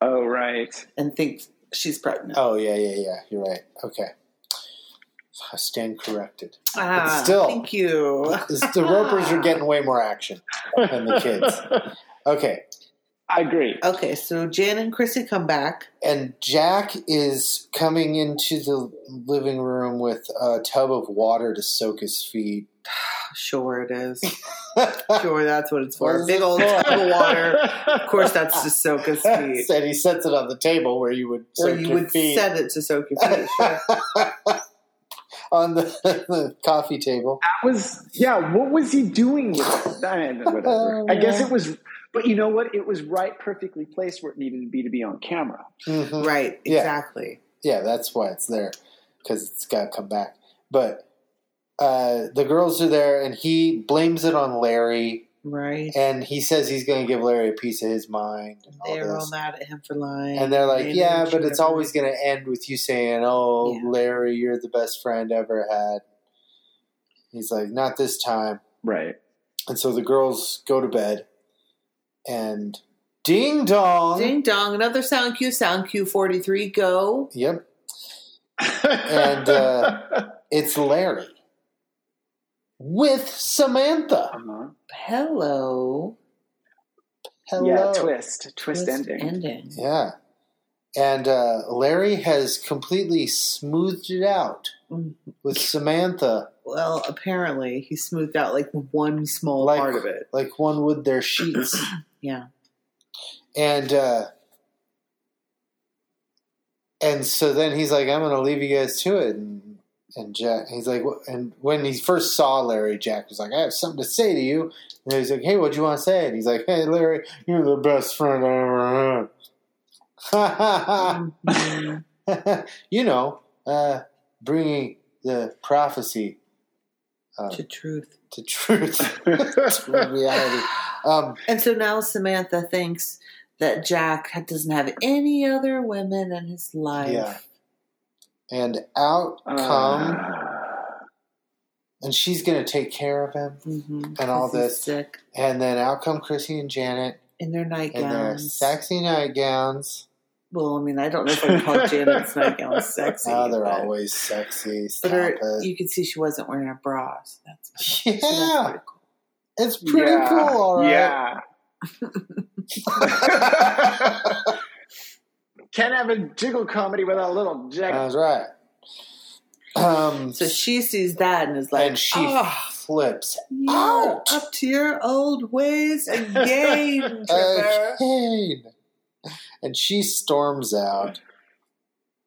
[SPEAKER 2] Oh, right.
[SPEAKER 3] and thinks she's pregnant."
[SPEAKER 1] oh, yeah, yeah, yeah. You're right. Okay, I stand corrected.
[SPEAKER 3] ah,
[SPEAKER 1] still.
[SPEAKER 3] thank you.
[SPEAKER 1] The Ropers are getting way more action than the kids. Okay,
[SPEAKER 2] I agree.
[SPEAKER 3] Okay, so Jan and Chrissy come back.
[SPEAKER 1] and Jack is coming into the living room with a tub of water to soak his feet.
[SPEAKER 3] Sure, it is. Sure, that's what it's
[SPEAKER 1] What
[SPEAKER 3] for.
[SPEAKER 1] is
[SPEAKER 3] Big
[SPEAKER 1] it
[SPEAKER 3] old
[SPEAKER 1] for?
[SPEAKER 3] tub of water. Of course, that's to soak his feet,
[SPEAKER 1] and he sets it on the table where you would
[SPEAKER 3] or
[SPEAKER 1] soak
[SPEAKER 3] you
[SPEAKER 1] your
[SPEAKER 3] would
[SPEAKER 1] feet
[SPEAKER 3] set it to soak your feet. Sure.
[SPEAKER 1] on the, the coffee table.
[SPEAKER 2] That was yeah. What was he doing with it? I mean, whatever. I guess it was. But you know what? It was right, perfectly placed where it needed to be to be on camera.
[SPEAKER 1] Mhm.
[SPEAKER 3] right,
[SPEAKER 1] Yeah.
[SPEAKER 3] exactly.
[SPEAKER 1] Yeah, that's why it's there because it's got to come back. But uh, the girls are there, and he blames it on Larry,
[SPEAKER 3] Right.
[SPEAKER 1] and he says he's going to give Larry a piece of his mind. And all
[SPEAKER 3] They're
[SPEAKER 1] this.
[SPEAKER 3] all mad at him for lying.
[SPEAKER 1] And they're like,
[SPEAKER 3] They
[SPEAKER 1] yeah,
[SPEAKER 3] know
[SPEAKER 1] but
[SPEAKER 3] she
[SPEAKER 1] it's
[SPEAKER 3] never-
[SPEAKER 1] always going to end with you saying, oh,
[SPEAKER 3] Yeah.
[SPEAKER 1] Larry, you're the best friend I ever had. He's like, not this time.
[SPEAKER 2] Right.
[SPEAKER 1] And so the girls go to bed and ding dong.
[SPEAKER 3] Ding dong, another sound cue, sound cue 43, go.
[SPEAKER 1] Yep. And, uh, It's Larry with Samantha.
[SPEAKER 2] Uh-huh.
[SPEAKER 3] Hello.
[SPEAKER 1] Hello.
[SPEAKER 2] Yeah, twist, twist,
[SPEAKER 3] Twist
[SPEAKER 2] ending.
[SPEAKER 3] ending.
[SPEAKER 1] Yeah. And uh, Larry has completely smoothed it out
[SPEAKER 3] Mm.
[SPEAKER 1] with Samantha
[SPEAKER 3] Well, apparently he smoothed out like one small
[SPEAKER 1] Like-
[SPEAKER 3] part of it.
[SPEAKER 1] like one would their sheets.
[SPEAKER 3] Yeah.
[SPEAKER 1] And uh and so then he's like, I'm gonna leave you guys to it. And and Jack, he's like, wh- and when he first saw Larry, Jack was like, I have something to say to you. And he's like, Hey, what do you want to say? And he's like, Hey, Larry, you're the best friend I ever had. Ha ha ha.
[SPEAKER 3] Mhm.
[SPEAKER 1] you know, uh, bringing the prophecy uh,
[SPEAKER 3] to truth.
[SPEAKER 1] to truth, to reality. Um,
[SPEAKER 3] And so now Samantha thinks that Jack ha- doesn't have any other women in his life.
[SPEAKER 1] Yeah. And out
[SPEAKER 2] Uh,
[SPEAKER 1] come, and she's going to take care of him.
[SPEAKER 3] Mhm.
[SPEAKER 1] And all
[SPEAKER 3] 'Cause he's
[SPEAKER 1] this
[SPEAKER 3] sick
[SPEAKER 1] And then out come Chrissy and Janet
[SPEAKER 3] in their
[SPEAKER 1] in their
[SPEAKER 3] nightgowns.
[SPEAKER 1] sexy nightgowns.
[SPEAKER 3] well, I mean, I don't know if I can call Janet's nightgown sexy.
[SPEAKER 1] Oh, they're
[SPEAKER 3] but,
[SPEAKER 1] always sexy. Stop
[SPEAKER 3] but her-
[SPEAKER 1] it.
[SPEAKER 3] you could see she wasn't wearing a bra. So that's so that's
[SPEAKER 1] Yeah,
[SPEAKER 3] pretty cool.
[SPEAKER 1] it's pretty cool, all right.
[SPEAKER 2] Yeah. Can't have a jiggle comedy without a little jacket.
[SPEAKER 1] That's right. Um,
[SPEAKER 3] So she sees that and is like,
[SPEAKER 1] and she
[SPEAKER 3] "Oh,
[SPEAKER 1] flips.
[SPEAKER 3] you're
[SPEAKER 1] out."
[SPEAKER 3] up to your old ways again,
[SPEAKER 1] Uh,
[SPEAKER 3] Trevor."
[SPEAKER 1] Again. And she storms out.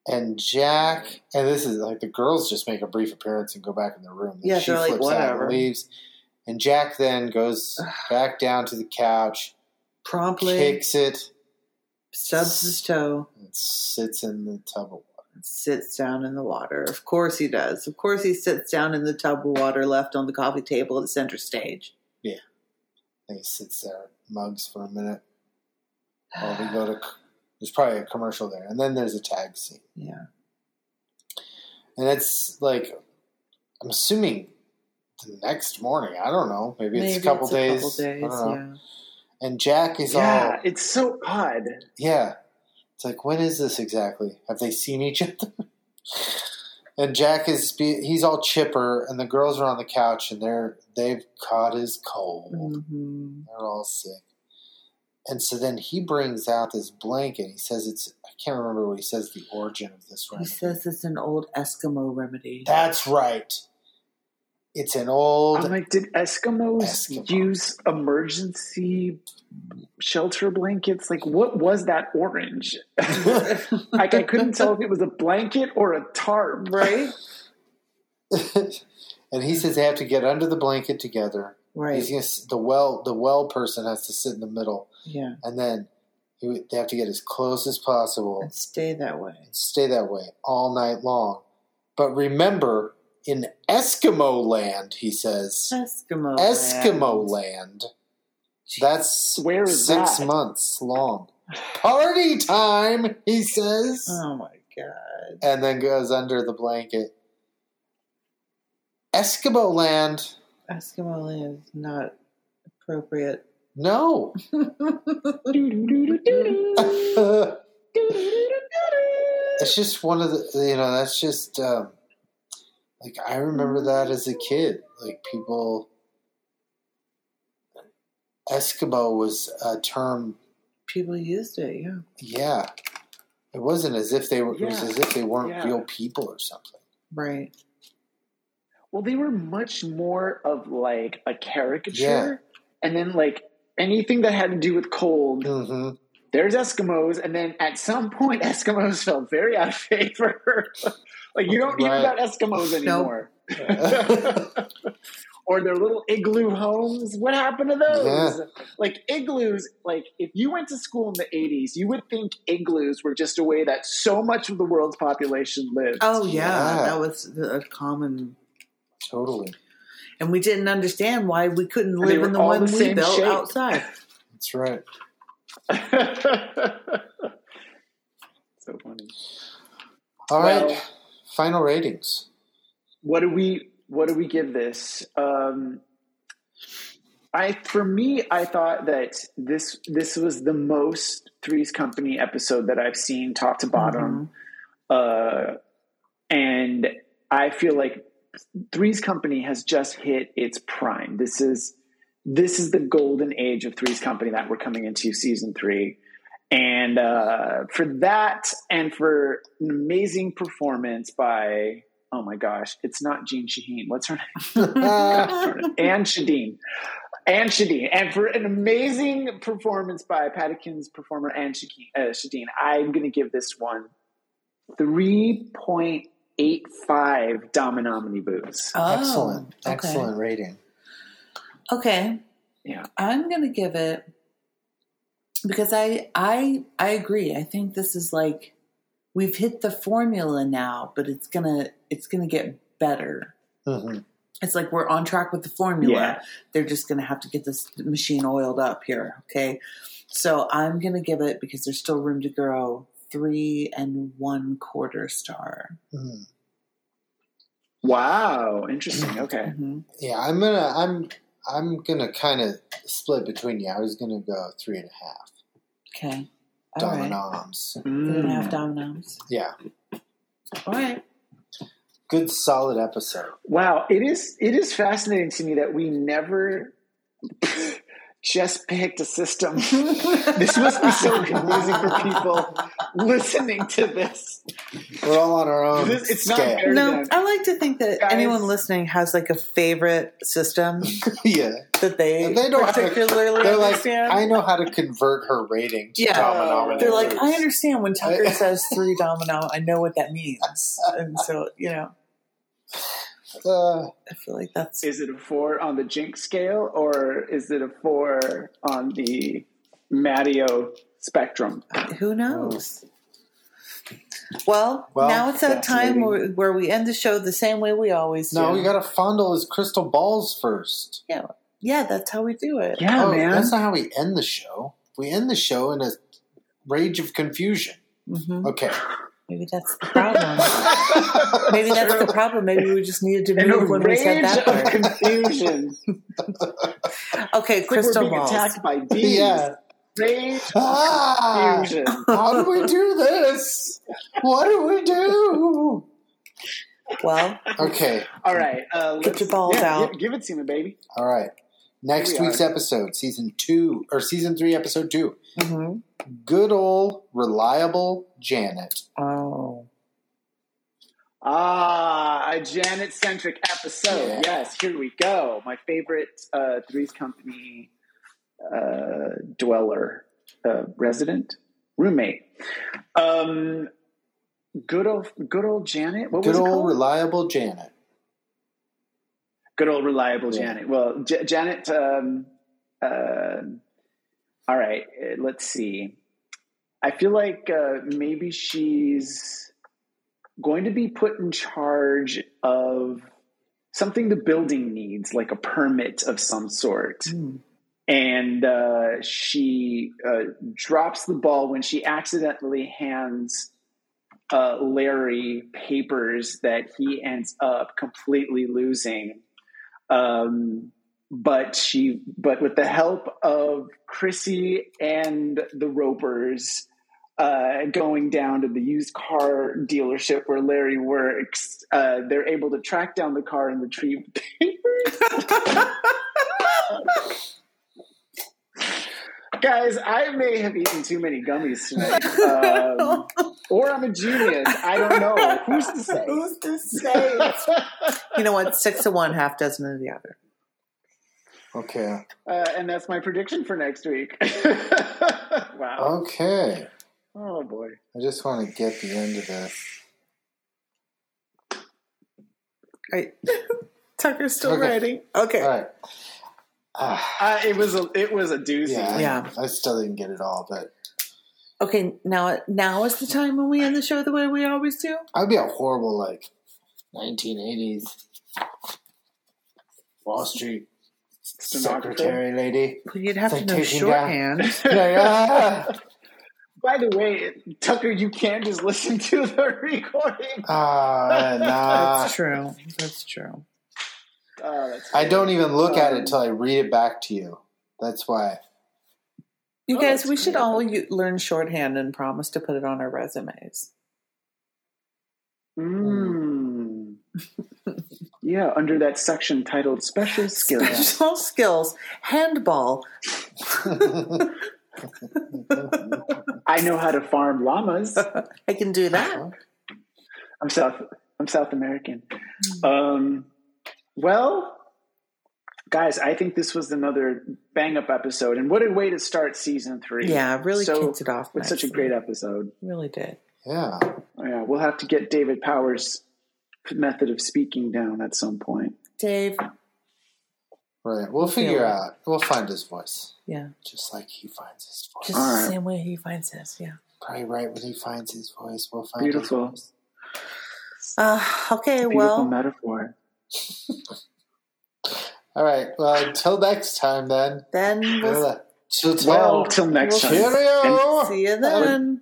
[SPEAKER 1] And Jack, and this is like the girls just make a brief appearance and go back in their room.
[SPEAKER 3] Yeah,
[SPEAKER 1] she
[SPEAKER 3] they're like,
[SPEAKER 1] and
[SPEAKER 3] whatever.
[SPEAKER 1] leaves. And Jack then goes back down to the couch,
[SPEAKER 3] Promptly
[SPEAKER 1] kicks it,
[SPEAKER 3] stubs his toe
[SPEAKER 1] and sits in the tub. of-
[SPEAKER 3] and sits down in the water. Of course he does. Of course he sits down in the tub of water left on the coffee table at the center stage.
[SPEAKER 1] And he sits there, mugs for a minute. While we go to, there's probably a commercial there. And then there's a tag scene.
[SPEAKER 3] Yeah.
[SPEAKER 1] And it's like, I'm assuming the next morning. I don't know. Maybe it's a couple days. I don't know.
[SPEAKER 3] yeah.
[SPEAKER 1] And Jack is
[SPEAKER 2] Yeah,
[SPEAKER 1] all,
[SPEAKER 2] it's so odd.
[SPEAKER 1] yeah. It's like, when is this exactly? Have they seen each other? and Jack is, be- he's all chipper, and the girls are on the couch, and they're they've caught his cold.
[SPEAKER 3] Mhm.
[SPEAKER 1] They're all sick. And so then he brings out this blanket. He says it's, I can't remember what he says the origin of this
[SPEAKER 3] He
[SPEAKER 1] remedy.
[SPEAKER 3] says it's an old Eskimo remedy.
[SPEAKER 1] That's right. It's an old
[SPEAKER 2] I'm like, did Eskimos
[SPEAKER 1] Eskimo.
[SPEAKER 2] use emergency shelter blankets? Like, what was that orange? like, I couldn't tell if it was a blanket or a tarp, right?
[SPEAKER 1] and he says they have to get under the blanket together.
[SPEAKER 3] right.
[SPEAKER 1] He's gonna, s- the well the well person has to sit in the middle,
[SPEAKER 3] Yeah.
[SPEAKER 1] and then he, would- they have to get as close as possible
[SPEAKER 3] And stay that way.
[SPEAKER 1] and stay that way all night long. But remember, in Eskimo land, he says
[SPEAKER 3] Eskimo.
[SPEAKER 1] Eskimo
[SPEAKER 3] land.
[SPEAKER 1] land. That's
[SPEAKER 2] Where is
[SPEAKER 1] six
[SPEAKER 2] that?
[SPEAKER 1] months long. Party time, he says.
[SPEAKER 3] Oh my god.
[SPEAKER 1] and then goes under the blanket. Eskimo land.
[SPEAKER 3] Eskimo land is not appropriate.
[SPEAKER 1] No. it's just one of the, you know, that's just, um, like, I remember that as a kid. Like, people, Eskimo was a term,
[SPEAKER 3] People used it, yeah.
[SPEAKER 1] yeah. It wasn't as if they were, it was
[SPEAKER 2] Yeah.
[SPEAKER 1] as if they weren't
[SPEAKER 2] Yeah.
[SPEAKER 1] real people or something.
[SPEAKER 3] Right.
[SPEAKER 2] Well, they were much more of like a caricature, and then like anything that had to do with cold.
[SPEAKER 1] hmm
[SPEAKER 2] There's Eskimos, and then at some point, Eskimos fell very out of favor. like you don't hear
[SPEAKER 1] Right.
[SPEAKER 2] about Eskimos anymore, or their little igloo homes. What happened to those? Like igloos. Like if you went to school in the '80s, you would think igloos were just a way that so much of the world's population lived.
[SPEAKER 3] Oh yeah,
[SPEAKER 1] Yeah.
[SPEAKER 3] that was a common
[SPEAKER 1] totally.
[SPEAKER 3] and we didn't understand why we couldn't
[SPEAKER 2] they
[SPEAKER 3] live
[SPEAKER 2] were
[SPEAKER 3] in the
[SPEAKER 2] all
[SPEAKER 3] one
[SPEAKER 2] the
[SPEAKER 3] we
[SPEAKER 2] same
[SPEAKER 3] built
[SPEAKER 2] shape.
[SPEAKER 3] outside.
[SPEAKER 1] That's right.
[SPEAKER 2] so funny.
[SPEAKER 1] All right.
[SPEAKER 2] Well-
[SPEAKER 1] Final ratings.
[SPEAKER 2] what do we what do we give this um i for me i thought that this this was the most threes company episode that i've seen top to bottom uh and i feel like threes company has just hit its prime this is this is the golden age of threes company that we're coming into season three and uh, for that and for an amazing performance by oh my gosh, it's not Jean Shaheen. What's her name? Anne Shadeen. Anne Shadeen. And for an amazing performance by Paddington's performer Anne Shaheen, uh, Shadeen, I'm going to give this one 3.85 Dominominee boots.
[SPEAKER 3] Oh,
[SPEAKER 1] excellent,
[SPEAKER 3] okay.
[SPEAKER 1] excellent rating.
[SPEAKER 3] Okay.
[SPEAKER 2] Yeah.
[SPEAKER 3] I'm gonna give it because I I I agree. I think this is like we've hit the formula now, but it's gonna it's gonna get better.
[SPEAKER 1] hmm
[SPEAKER 3] It's like we're on track with the formula.
[SPEAKER 2] Yeah.
[SPEAKER 3] They're just going to have to get this machine oiled up here. Okay. So I'm going to give it, because there's still room to grow, three and one quarter star.
[SPEAKER 1] Mm.
[SPEAKER 2] Wow, interesting. Okay.
[SPEAKER 3] hmm
[SPEAKER 1] Yeah, I'm gonna I'm I'm gonna kind of split between you. I was gonna go three and a half.
[SPEAKER 3] Okay. All right.
[SPEAKER 1] Dominoms.
[SPEAKER 3] Three and a half
[SPEAKER 2] Mm.
[SPEAKER 3] dominoes.
[SPEAKER 1] Yeah,
[SPEAKER 3] All right.
[SPEAKER 1] good solid episode.
[SPEAKER 2] Wow, it is it is fascinating to me that we never just picked a system. this must be so confusing for people listening to this.
[SPEAKER 1] We're all on our own
[SPEAKER 2] This- it's not
[SPEAKER 1] scale.
[SPEAKER 2] fair.
[SPEAKER 3] No, I like to think that
[SPEAKER 2] Guys.
[SPEAKER 3] anyone listening has like a favorite system
[SPEAKER 1] yeah,
[SPEAKER 3] that they,
[SPEAKER 1] And they don't have to-
[SPEAKER 3] particularly
[SPEAKER 1] they're like
[SPEAKER 3] understand.
[SPEAKER 1] I know how to convert her rating. To
[SPEAKER 3] Yeah.
[SPEAKER 1] dominometers.
[SPEAKER 3] They're like, I understand when Tucker
[SPEAKER 1] I-
[SPEAKER 3] says three domino, I know what that means. And so, you know,
[SPEAKER 1] Uh,
[SPEAKER 3] I feel like that's
[SPEAKER 2] Is it a four on the Jinx scale or is it a four on the Matteo spectrum?
[SPEAKER 3] who knows. Well,
[SPEAKER 1] Well,
[SPEAKER 3] now it's that time
[SPEAKER 2] Oh. fascinating.
[SPEAKER 3] where, where we end the show the same way we always do.
[SPEAKER 1] no, we gotta fondle his crystal balls first.
[SPEAKER 3] yeah, that's how we do it.
[SPEAKER 2] Yeah,
[SPEAKER 1] oh,
[SPEAKER 2] man.
[SPEAKER 1] that's not how we end the show. We end the show in a rage of confusion.
[SPEAKER 3] hmm
[SPEAKER 1] Okay.
[SPEAKER 3] Maybe that's the problem. Maybe that's the problem. Maybe we just needed to
[SPEAKER 2] In a
[SPEAKER 3] move when we
[SPEAKER 2] rage
[SPEAKER 3] said that
[SPEAKER 2] of
[SPEAKER 3] part.
[SPEAKER 2] confusion. It's
[SPEAKER 3] Okay,
[SPEAKER 2] like we're
[SPEAKER 3] crystal
[SPEAKER 2] being
[SPEAKER 3] balls.
[SPEAKER 2] attacked by bees.
[SPEAKER 1] yeah.
[SPEAKER 2] Rage
[SPEAKER 1] Ah,
[SPEAKER 2] confusion.
[SPEAKER 1] how do we do this? What do we do?
[SPEAKER 3] Well,
[SPEAKER 1] Okay.
[SPEAKER 2] All right. Uh,
[SPEAKER 3] Get
[SPEAKER 2] let's-
[SPEAKER 3] your balls
[SPEAKER 2] yeah,
[SPEAKER 3] out.
[SPEAKER 2] gi- Give it to me, baby.
[SPEAKER 1] All right. Next
[SPEAKER 2] Here we
[SPEAKER 1] week's episode, season two, or season three, episode two.
[SPEAKER 3] mhm.
[SPEAKER 2] Mm-hmm.
[SPEAKER 1] Good old reliable Janet.
[SPEAKER 3] oh,
[SPEAKER 2] Ah, a Janet centric episode.
[SPEAKER 1] Yeah.
[SPEAKER 2] Yes, here we go. My favorite uh, Three's Company uh, dweller, uh, resident, roommate. Um, good old, good old Janet. What
[SPEAKER 1] Good
[SPEAKER 2] was it
[SPEAKER 1] old
[SPEAKER 2] called?
[SPEAKER 1] reliable Janet.
[SPEAKER 2] good old reliable
[SPEAKER 1] Yeah.
[SPEAKER 2] Janet. Well, J- Janet. Um, uh, all right, uh, let's see. I feel like uh, maybe she's going to be put in charge of something the building needs, like a permit of some sort.
[SPEAKER 3] Hmm.
[SPEAKER 2] And uh, she uh, drops the ball when she accidentally hands uh, Larry papers that he ends up completely losing. Um, but she, but with the help of Chrissy and the Ropers, uh, going down to the used car dealership where Larry works, uh, they're able to track down the car and retrieve papers. Guys, I may have eaten too many gummies tonight, um, or I'm a genius. I don't know. Who's to say?
[SPEAKER 3] who's to say? you know what? Six of one, half dozen of the other.
[SPEAKER 1] Okay.
[SPEAKER 2] Uh, and that's my prediction for next week. wow.
[SPEAKER 1] Okay.
[SPEAKER 2] Oh boy.
[SPEAKER 1] I just want to get the end of this.
[SPEAKER 3] Right. Tucker's still
[SPEAKER 1] Okay.
[SPEAKER 3] writing. Okay.
[SPEAKER 1] All right. Ah,
[SPEAKER 2] Uh, it was a it was a doozy.
[SPEAKER 1] yeah,
[SPEAKER 3] Yeah.
[SPEAKER 1] I, I still didn't get it all, but
[SPEAKER 3] Okay. Now, now is the time when we end the show the way we always do.
[SPEAKER 1] I'd be a horrible like 1980s Wall Street
[SPEAKER 2] Stenographer.
[SPEAKER 1] secretary lady.
[SPEAKER 3] Well, You'd have
[SPEAKER 1] It's
[SPEAKER 3] to
[SPEAKER 1] like
[SPEAKER 3] know
[SPEAKER 1] taking down-
[SPEAKER 3] shorthand.
[SPEAKER 1] Yeah, yeah.
[SPEAKER 2] By the way, Tucker, you can't just listen to the recording.
[SPEAKER 1] Ah, nah.
[SPEAKER 3] That's true. That's true.
[SPEAKER 2] Oh, that's
[SPEAKER 1] I don't even look at it till I read it back to you. That's why.
[SPEAKER 3] You
[SPEAKER 2] Oh,
[SPEAKER 3] guys,
[SPEAKER 2] that's
[SPEAKER 3] we should
[SPEAKER 2] great.
[SPEAKER 3] all u- lean shorthand and promise to put it on our resumes.
[SPEAKER 2] Mm. yeah, under that section titled "Special Skills."
[SPEAKER 3] Special skills, handball.
[SPEAKER 2] I know how to farm llamas.
[SPEAKER 3] I can do
[SPEAKER 2] Oh,
[SPEAKER 3] that.
[SPEAKER 2] I'm South. I'm South American.
[SPEAKER 3] Mm-hmm.
[SPEAKER 2] Um, well, guys, I think this was another bang up episode, and what a way to start season three.
[SPEAKER 3] Yeah, it really
[SPEAKER 2] So,
[SPEAKER 3] kicked it off.
[SPEAKER 2] It's such a
[SPEAKER 3] nicely.
[SPEAKER 2] great episode.
[SPEAKER 3] Really did.
[SPEAKER 1] Yeah.
[SPEAKER 2] Yeah, we'll have to get David Powers' method of speaking down at some point.
[SPEAKER 3] Dave.
[SPEAKER 1] Right. We'll figure
[SPEAKER 3] Yeah.
[SPEAKER 1] out. We'll find his voice.
[SPEAKER 3] Yeah.
[SPEAKER 1] Just like he finds his voice.
[SPEAKER 3] Just
[SPEAKER 2] All
[SPEAKER 3] the
[SPEAKER 2] right.
[SPEAKER 3] same way he finds us. Yeah.
[SPEAKER 1] Probably right when he finds his voice, we'll find
[SPEAKER 2] Beautiful,
[SPEAKER 1] his voice.
[SPEAKER 2] Ah,
[SPEAKER 3] Uh, okay.
[SPEAKER 2] beautiful
[SPEAKER 3] well,
[SPEAKER 2] metaphor.
[SPEAKER 1] All right. Well, until next time, then.
[SPEAKER 3] Then we'll
[SPEAKER 1] Well, till- till-
[SPEAKER 2] Well, till next time.
[SPEAKER 1] cheerio.
[SPEAKER 3] see you then.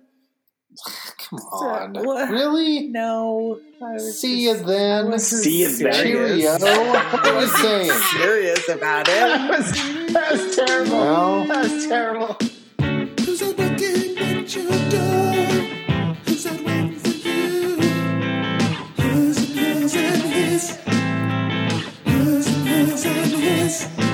[SPEAKER 1] Come on.
[SPEAKER 3] What?
[SPEAKER 1] Really?
[SPEAKER 3] No. I was
[SPEAKER 1] See you
[SPEAKER 3] just- I
[SPEAKER 1] then.
[SPEAKER 3] wasn't
[SPEAKER 2] See you then.
[SPEAKER 3] serious.
[SPEAKER 1] Cheerio. What are you saying?
[SPEAKER 3] Serious about it.
[SPEAKER 2] that, was, that was terrible.
[SPEAKER 1] Well.
[SPEAKER 2] That was terrible.
[SPEAKER 4] Who's that knocking at your door? Who's that waiting for you? Who's and who's and his? Who's and who's and his?